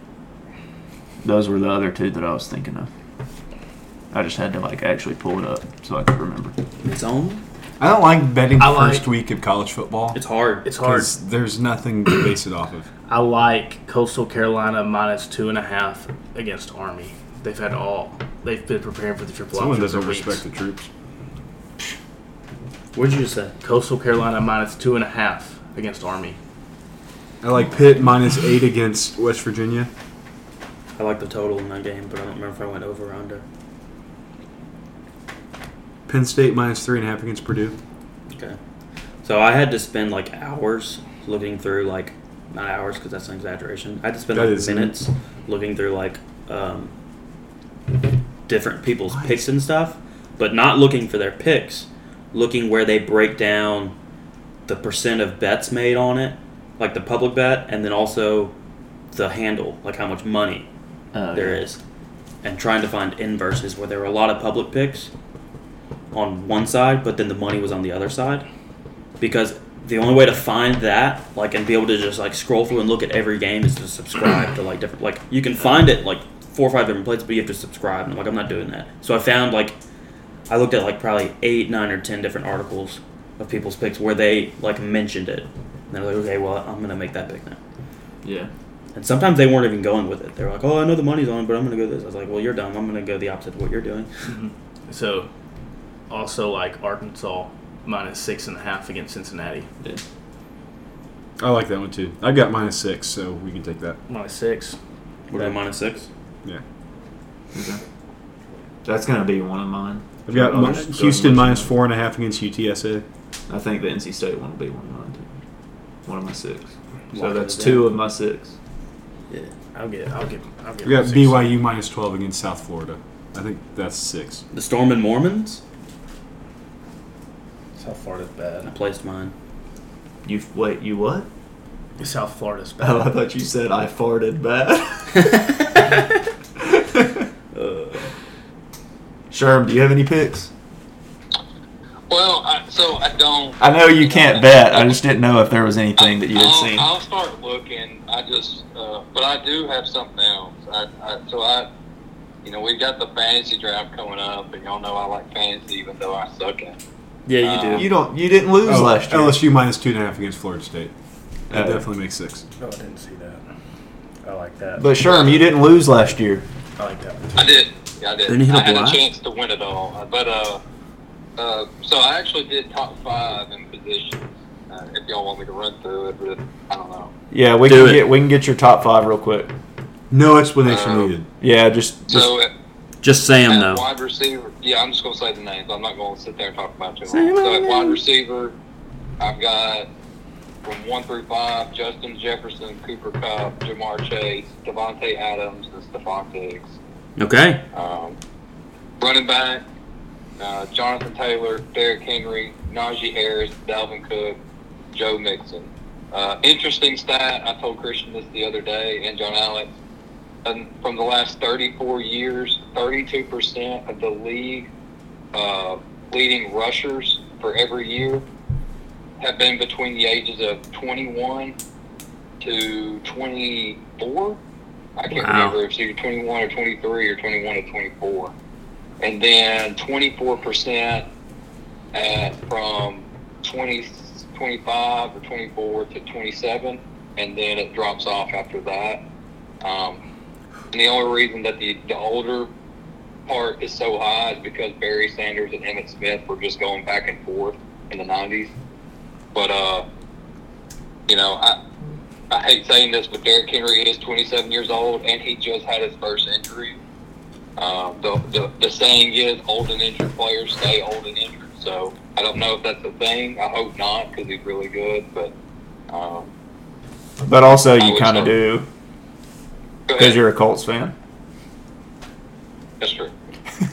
A: Those were the other two that I was thinking of. I just had to like actually pull it up so I could remember.
C: It's on.
B: I don't like betting the
E: I like-
B: first week of college football.
C: It's hard.
E: It's hard.
B: 'cause There's nothing to base it off of.
E: I like Coastal Carolina minus two and a half against Army. They've had all. They've been preparing for the triple
B: Someone
E: option
B: doesn't
E: for weeks.
B: respect the troops.
C: What'd you just say?
E: Coastal Carolina minus two and a half against Army.
B: I like Pitt minus eight against West Virginia.
C: I like the total in that game, but I don't remember if I went over or under.
B: Penn State minus three and a half against Purdue.
C: Okay. So I had to spend like hours looking through like not hours because that's an exaggeration. I had to spend
B: That
C: like
B: is-
C: minutes looking through like um, different people's picks and stuff, but not looking for their picks, looking where they break down the percent of bets made on it, like the public bet, and then also the handle, like how much money
E: Oh,
A: Uh,
C: there is, and trying to find inverses where there were a lot of public picks on one side, but then the money was on the other side. Because the only way to find that, like, and be able to just like scroll through and look at every game is to subscribe to like different, like, you can find it like four or five different places, but you have to subscribe. And I'm like, I'm not doing that. So I found like, I looked at like probably eight, nine, or ten different articles of people's picks where they like mentioned it. And they're like, okay, well, I'm gonna make that pick now.
A: Yeah.
C: And sometimes they weren't even going with it. They were like, "Oh, I know the money's on, but I'm gonna go this." I was like, "Well, you're dumb. I'm gonna go the opposite of what you're doing."
E: Mm-hmm. So, also like Arkansas minus six and a half against Cincinnati.
B: I like that one too. I've got minus six, so we can take that.
E: Minus six.
C: We're doing minus six.
B: Yeah.
A: That's going to be one of mine.
B: I've got
A: I'll
B: mi-
A: just go
B: Houston
A: with
B: minus
A: mine.
B: four and a half against UTSA.
A: I think the NC State one will be one of mine too. One of my six. So
C: Lock
A: that's
C: it
A: two of my six.
E: Yeah, I'll get. I'll get. I'll get.
B: I've got
E: six.
B: BYU minus 12 against South Florida. I think that's six.
C: The Storm and Mormons.
E: South Florida's
C: I
E: bad.
C: placed mine.
A: You wait, you what? (laughs)
E: South Florida's bad.
A: Oh, I thought you said I farted bad. (laughs) Sherm, do you have any picks?
F: Well, I, so I don't.
A: I know you can't bet. I just didn't know if there was anything that you had
F: I'll,
A: seen.
F: I'll start looking. I just, uh, but I do have something else. I, I, so I, you know, we've got the fantasy draft coming up, and y'all know I like fantasy, even though I suck at. it.
C: Yeah,
F: you
C: you
F: do.
C: do.
A: Uh, You don't. You didn't lose
B: Oh,
A: last year.
B: LSU minus two and a half against Florida State. That
A: Oh.
B: definitely makes six.
E: Oh, I didn't see that. I like that.
A: But Sherm, you didn't lose last year.
E: I like that.
F: I did. Yeah, I did.
C: Then you hit
F: I
C: a
F: had
C: blast.
F: a chance to win it all, but uh, uh, so I actually did top five in positions. Uh, if y'all want me to run through it, but I don't know.
A: Yeah, Uh, we
C: Do
A: can
C: it.
A: get we can get your top five real quick.
B: No explanation
F: Um,
B: needed.
A: Yeah, just, just
F: So at,
C: Just Sam
F: at
C: though.
F: wide receiver, yeah, I'm just gonna say the names. I'm not gonna sit there and talk about it too
C: Say
F: long.
C: my
F: So at wide
C: name.
F: receiver, I've got from one through five: Justin Jefferson, Cooper Cup, Jamar Chase, Devontae Adams, and Stephon Diggs.
A: (laughs)
C: Okay.
F: Um, running back, uh, Jonathan Taylor, Derrick Henry, Najee Harris, Dalvin Cook, Joe Mixon. Uh, interesting stat, I told Christian this the other day, and John Alex. And from the last 34 years, 32% of the league uh, leading rushers for every year have been between the ages of 21 to 24. I can't
C: Wow.
F: remember if you're 21 or 23 or 21 to 24. And then 24% at from 20, 25 or 24 to 27. And then it drops off after that. Um, and the only reason that the, the older part is so high is because Barry Sanders and Emmett Smith were just going back and forth in the 90s. But, uh, you know, I, I hate saying this, but Derrick Henry is 27 years old, and he just had his first injury. Uh, the, the, the saying is, old and injured players stay old and injured. So I don't know if that's a thing. I hope not, because he's really good. But um,
A: but also
F: I
A: you
F: would
A: kind
F: say-
A: of do
F: go
A: because
F: ahead.
A: you're a Colts fan.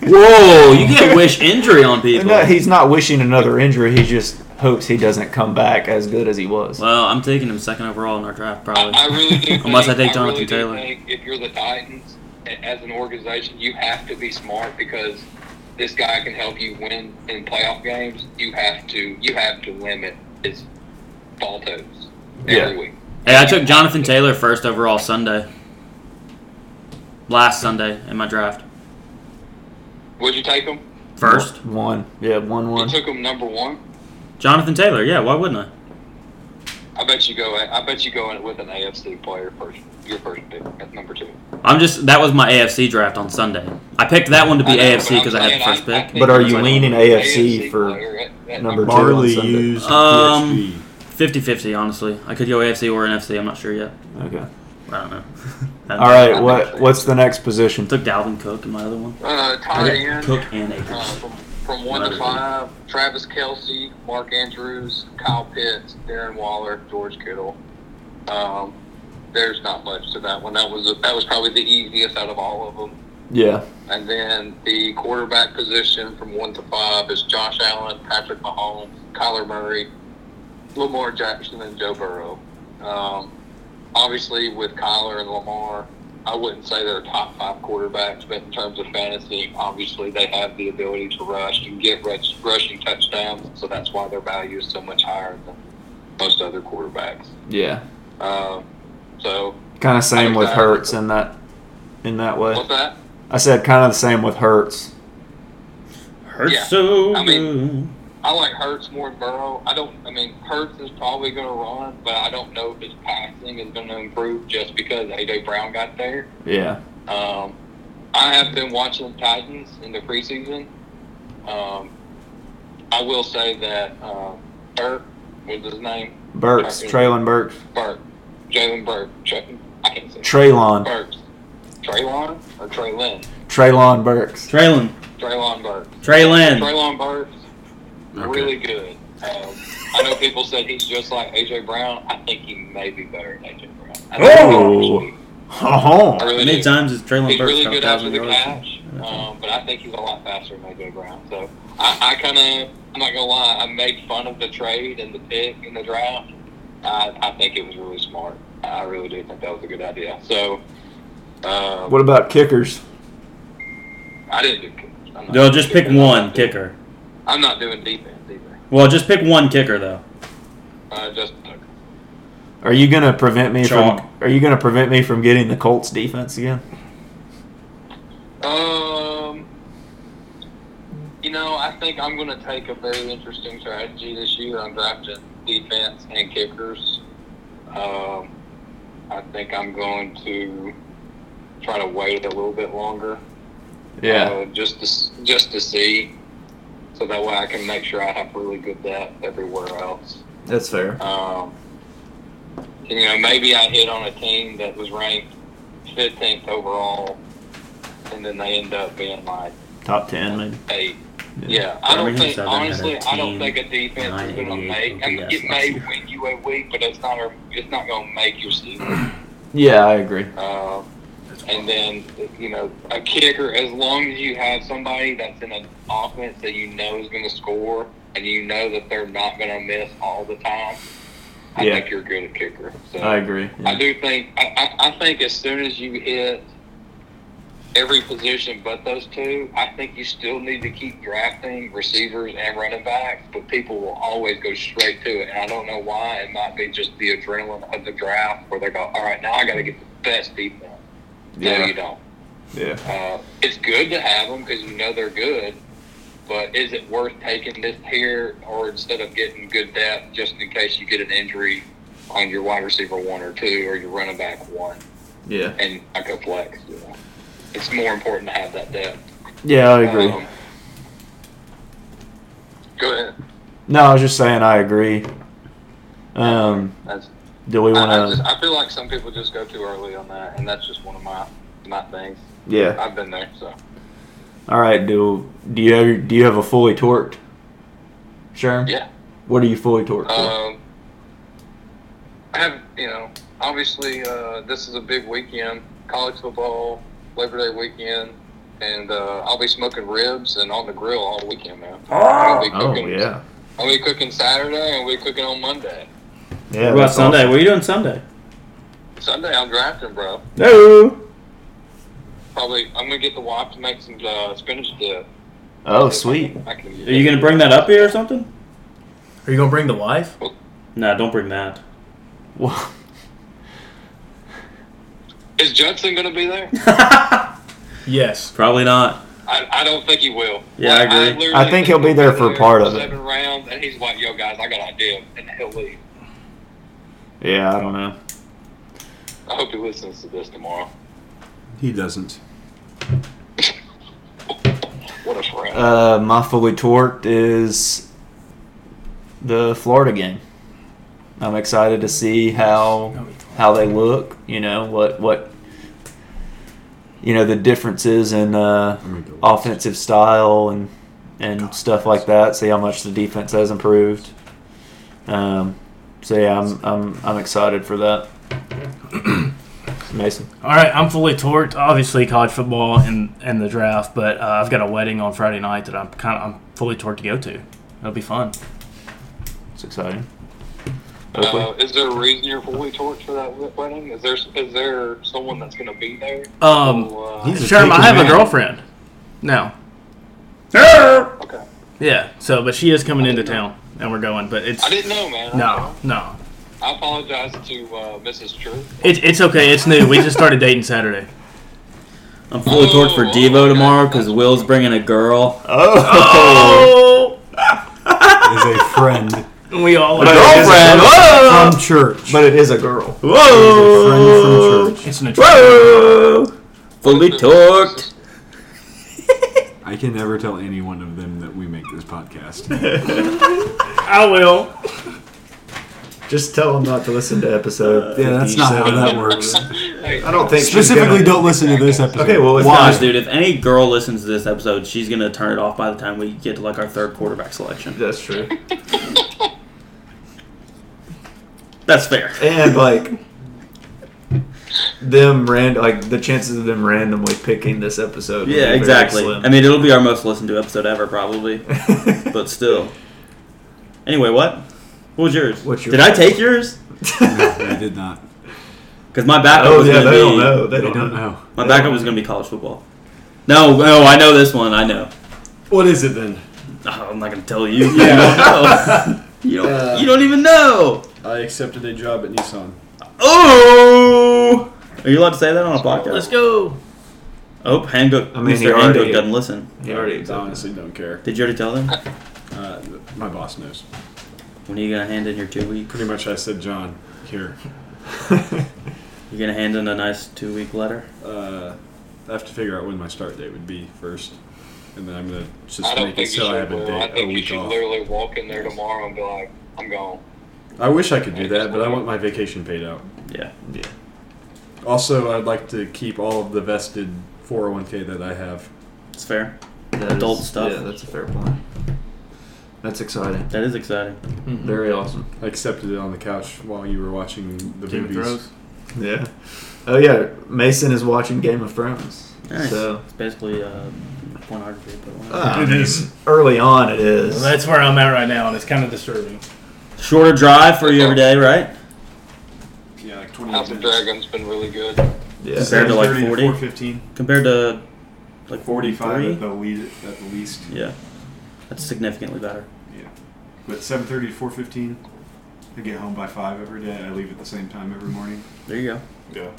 C: Whoa, you can't wish injury on people.
A: (laughs) No, he's not wishing another injury. He just hopes he doesn't come back as good as he was.
C: well, I'm taking him second overall in our draft, probably.
F: I, I
C: (laughs)
F: really do.
C: Unless I
F: think-
C: take Jonathan
F: really do
C: Taylor.
F: think if you're the Titans, a- as an organization, you have to be smart because this guy can help you win in playoff games. You have to. You have to limit his faltos every
A: Yeah.
F: week.
C: Hey, I took Jonathan Taylor first overall Sunday. Last Sunday in my draft.
F: Would you take him?
C: First.
A: one, yeah, one
F: You
A: one.
F: took him number one.
C: Jonathan Taylor, yeah, why wouldn't I?
F: I bet you go. I bet you go in with an AFC player first. Your first pick at number two.
C: I'm just that was my AFC draft on Sunday. I picked that one to be
F: I know, but
C: AFC
F: I'm
C: because I had
F: saying
C: the first
F: I- I
C: pick.
F: think
A: But are
F: you're
A: you
F: right.
A: leaning AFC for
F: player at- at
A: number two?
B: Barley
A: Sunday.
B: used
C: Um,
B: PXG.
C: 50-50, honestly. I could go AFC or NFC, I'm not sure yet.
A: Okay.
C: I don't know. (laughs)
A: All right. What what's the next position?
C: Took Dalvin Cook in my other one.
F: Uh,
C: I
F: tight
C: got
F: end.
C: Cook and
F: Uh,
C: Akers.
F: from, from one to five, Travis Kelsey, Mark Andrews, Kyle Pitts, Darren Waller, George Kittle. Um, there's not much to that one. That was that was probably the easiest out of all of them.
A: Yeah.
F: And then the quarterback position from one to five is Josh Allen, Patrick Mahomes, Kyler Murray, Lamar Jackson, and Joe Burrow. Um, obviously, with Kyler and Lamar, I wouldn't say they're top five quarterbacks, but in terms of fantasy, obviously they have the ability to rush and get rush, rushing touchdowns, so that's why their value is so much higher than most other quarterbacks.
A: Yeah.
F: Um, so,
A: Kind of same with
F: uh,
A: Hertz in that in that way.
F: what's that?
A: I said kind of the same with Hertz.
C: Hurts
F: yeah.
C: so
F: I mean-
C: good.
F: I like Hurts more than Burrow. I don't. I mean, Hurts is probably going to run, but I don't know if his passing is going to improve just because AJ Brown got there.
A: Yeah.
F: Um, I have been watching the Titans in the preseason. Um, I will say that um, Burt was his name.
A: Burks. Traylon Burks.
F: Burt, Jalen Burt. Tra- I can't say.
A: Traylon.
F: Burt. Traylon or Traylon?
A: Traylon (laughs) Burks.
C: Traylon.
F: Traylon Burt.
C: Traylon.
F: Traylon Burks, really good. Um, I know people said he's just like AJ Brown. I think he may be better than AJ Brown. I think
A: Oh!
F: he is.
A: Oh.
F: I really
C: How many
F: do.
C: times is Traylon
F: He's
C: Burks
F: really
C: got
F: good after
C: 1,000
F: the
C: yards?
F: catch, um, but I think he's a lot faster than AJ Brown. So I, I kind of, I'm not gonna lie, I made fun of the trade and the pick and the draft. I, I think it was really smart. I really do think that was a good idea. So um,
A: What about kickers?
F: I didn't do. kickers. I'm not
C: No,
F: doing
C: just pick
F: kickers. I'm not
C: one
F: doing-
C: kicker.
F: I'm not doing defense either.
C: Well, just pick one kicker though.
F: Uh, just
A: Are you gonna prevent me
C: Chalk.
A: from Are you gonna prevent me from getting the Colts defense again?
F: Um, you know, I think I'm going to take a very interesting strategy this year. I'm drafting defense and kickers. Um, I think I'm going to try to wait a little bit longer. uh, just to s- just to see, so that way I can make sure I have really good depth everywhere else.
A: that's fair.
F: Um, you know, maybe I hit on a team that was ranked 15th overall, and then they end up being like
A: Top ten, maybe.
F: eight. Yeah, I don't
C: Birmingham
F: think
C: Southern had a
F: honestly, I don't
C: team
F: think a defense is going to
C: 988
F: make. I mean,
C: OPS
F: it
C: last
F: may
C: year.
F: win you a week, but it's not. It's not going to make your season.
A: Yeah, I agree.
F: Uh, and then you know, a kicker. As long as you have somebody that's in an offense that you know is going to score, and you know that they're not going to miss all the time, I
A: Yeah.
F: think you're good at kicker. So.
A: I agree.
F: I
A: Yeah.
F: do think I, I, I think as soon as you hit every position but those two, I think you still need to keep drafting receivers and running backs, but people will always go straight to it. And I don't know why. It might be just the adrenaline of the draft where they go, All right, now I gotta get the best defense. No,
A: Yeah.
F: you don't.
A: Yeah.
F: Uh, it's good to have them because you know they're good, but is it worth taking this here or instead of getting good depth just in case you get an injury on your wide receiver one or two or your running back one
A: Yeah.
F: and I go flex? You know? It's more important to have that depth.
A: Yeah, I agree.
F: Um, go ahead.
A: No, I was just saying I agree. Um,
F: That's,
A: do we
F: I, I,
A: want
F: just,
A: to?
F: I feel like some people just go too early on that, and that's just one of my my things.
A: Yeah.
F: I've been there, so.
A: All right. Do do you have do you have a fully torqued? Sherm?
F: Yeah.
A: What are you fully torqued? for?
F: Um, I have, you know, obviously uh, this is a big weekend. College football, Labor Day weekend. and uh, I'll be smoking ribs and on the grill all weekend, man. I'll be
A: Oh
F: cooking-
A: yeah,
F: I'll be cooking Saturday and we'll be cooking on Monday.
A: yeah.
C: What about
A: that's
C: Sunday?
A: awesome.
C: What are you doing Sunday?
F: Sunday I'm drafting, bro.
C: No.
F: Probably I'm gonna get the wife to make some uh, spinach dip.
A: Oh sweet.
F: I can,
C: Are you gonna bring that up here or something?
E: Are you gonna bring the wife?
C: No, don't bring that. (laughs)
A: Wha-
F: Is Judson gonna be there?
E: Yes.
C: Probably not.
F: I, I don't think he will.
C: Yeah, I agree.
F: literally
A: I think he'll be there for part of it.
F: Seven rounds, and he's like, "Yo, guys, I got an idea," and he'll leave.
A: (laughs) Yeah, I don't know.
F: I hope he listens to this tomorrow.
J: He doesn't.
F: What a friend.
A: Uh, my fully torqued is the Florida game. I'm excited to see how how they look. You know what what you know the differences in uh,
J: Let me go.
A: offensive style and and stuff like that. See how much the defense has improved. Um, so yeah, I'm I'm I'm excited for that. Mason,
E: All right, I'm fully torqued. Obviously, college football and and the draft, but uh, I've got a wedding on Friday night that I'm kind of I'm fully torqued to go to. It'll be fun.
A: it's exciting. Oakley?
F: Uh, is there a reason you're fully torched for that wed- wedding? Is there is there someone that's gonna be there?
E: Um,
F: Well, uh,
J: He's a
E: Sherm,
J: taken
E: I have a
J: man.
E: girlfriend now.
F: okay.
E: Yeah. So, but she is coming into town, and we're going. But it's
F: I didn't know, man.
E: no, no.
F: I apologize to uh, Mrs. True.
E: It, it's okay. It's new. We just started dating Saturday.
C: I'm fully torqued for
F: Oh,
C: Devo
F: okay.
C: tomorrow because Will's bringing a girl.
A: Oh,
J: Is a friend
A: (laughs)
E: (laughs) We all
A: But it is a
J: Girlfriend.
A: girl.
J: from church.
A: But it is a girl.
J: Friend from church.
E: It's an
C: Whoa! Fully
F: (laughs)
C: torqued.
J: I can never tell any one of them that we make this podcast.
E: I will.
A: Just tell them not to listen to episode.
J: Yeah, that's not how that works.
A: I don't think
J: Specifically, don't listen to this episode.
A: Okay, well, it's
J: Why?
C: Gosh, dude, if any girl listens to this episode, she's gonna turn it off by the time we get to like our third quarterback selection.
A: That's true.
F: (laughs)
C: That's fair.
J: (laughs)
A: And like them random, like the chances of them randomly picking this episode. would be
C: (laughs) Yeah,
A: very
C: exactly.
A: slim.
C: I mean, it'll be our most listened to episode ever, probably,
A: (laughs)
C: but still. Anyway, what? What was yours?
A: What's yours?
C: Did I take yours?
J: I did not.
C: Because my backup
A: oh
C: was
A: yeah,
C: gonna
A: they
C: be
A: don't know. They
J: I
A: don't,
J: don't
A: know.
J: know.
C: my backup was gonna be college football. No, no, I know this one. I know. (laughs)
J: What is it then?
C: Oh, I'm not gonna
A: (laughs)
C: tell you. You don't
B: (laughs)
C: know. you, don't, you don't even know.
B: I accepted a job at Nissan.
C: Oh! Are you allowed to say that on a podcast?
E: Let's go.
C: Oh, Hangook.
A: I mean, he
C: Mr.
A: already-
C: Hangook doesn't listen.
A: He already exhausted.
B: Honestly, don't care.
C: Did you already tell them?
B: Uh, my boss knows.
C: When are you gonna hand in your two week?
B: Pretty much, I said, John, here.
C: You gonna hand in a nice two week letter?
B: Uh, I have to figure out when my start date would be first, and then I'm gonna
F: I
B: just
F: don't
B: make it
F: think you
B: so I
F: should.
B: have a
F: Will. I
B: day, a
F: think you
B: week
F: should
B: off.
F: literally walk in there tomorrow and be like, "I'm gone."
B: I wish I could do that, but I want my vacation paid out.
C: Yeah.
B: Also, I'd like to keep all of the vested 401k that I have.
C: It's fair.
A: That is-
C: Adult stuff.
A: Yeah, that's a fair point. That's exciting.
C: That is exciting.
A: Very awesome.
B: I accepted it on the couch while you were watching the
E: Game of
B: movies.
E: Thrones.
A: Yeah. Oh yeah, Mason is watching Game of Thrones.
C: Nice.
A: So
C: It's basically uh, pornography, but whatever.
A: Ah, early on it is.
E: Well, that's where I'm at right now, and it's kind of disturbing.
C: shorter drive for you every day, right?
B: Yeah, like 20
F: House of Dragon's been really good.
A: yeah.
C: Compared to like
B: 30 to
C: 40?
B: 415,
C: Compared to like
B: 45
C: 43?
B: at the, lead, at the least.
C: Yeah. That's significantly better.
B: But 7:30 to 4:15, I get home by five every day. I leave at the same time every morning.
C: There you go.
B: Yeah,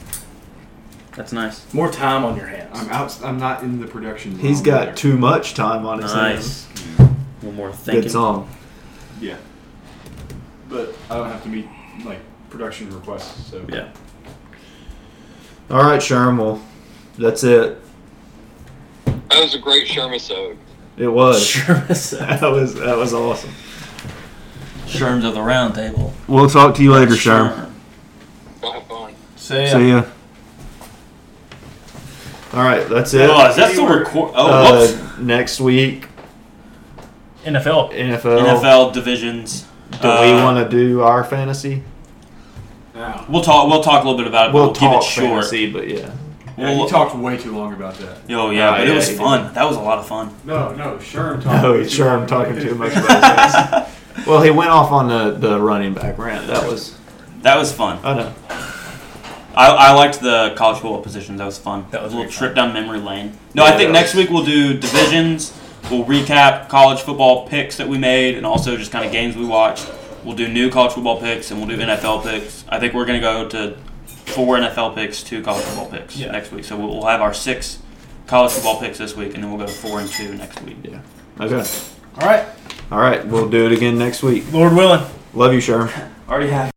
C: That's nice.
E: More time on your hands. (laughs)
B: I'm out. I'm not in the production. zone
A: He's
B: there.
A: got too much time on his hands.
C: Nice. One more thinking.
A: Good song.
B: Yeah, but I don't have to meet like production requests. So
C: Yeah.
A: All right, Sherm. Well, that's it.
F: That was a great Shermisode.
A: It
C: (laughs)
A: was. (laughs)
C: Sherms
A: That was that was awesome.
C: of the round table.
A: We'll talk to you later,
F: Go have fun.
E: See ya.
A: See ya. All right, that's it.
C: Oh, is that still record? Oh, whoops.
A: Uh, next week,
E: NFL.
A: NFL.
C: NFL divisions.
A: Do we
C: Uh,
A: want to do our fantasy?
C: We'll talk. We'll talk a little bit about it. but
A: We'll,
C: we'll
A: talk
C: keep it short.
A: fantasy, but yeah.
B: Yeah, you
C: Well-
B: talked way too long about that.
C: Yo, yeah, but
A: Ah, yeah,
C: it was
A: he did.
C: fun. That was a lot of fun.
B: No, no,
A: (laughs)
B: Sherm talked.
A: Oh,
B: way too
A: sure,
B: long
A: I'm talking
B: about
A: too
B: it. (laughs)
A: much about this. Well, he went off on the, the running back rant. That was,
C: That was fun.
A: I know.
C: I, I liked the college football positions. That was fun.
E: That was
C: a little
E: very
C: trip down memory lane. No,
A: Yeah,
C: I think
A: that
C: next week we'll do divisions. We'll recap college football picks that we made, and also just kind of games we watched. We'll do new college football picks, and we'll do NFL picks. I think we're gonna go to four NFL picks, two college football picks
E: Yeah.
C: next week. So we'll, we'll have our six college football picks this week, and then we'll go to four and two next week.
A: Okay.
E: All right.
A: All right. We'll do it again next week.
E: Lord willing.
A: Love you, Sherm.
C: Already have.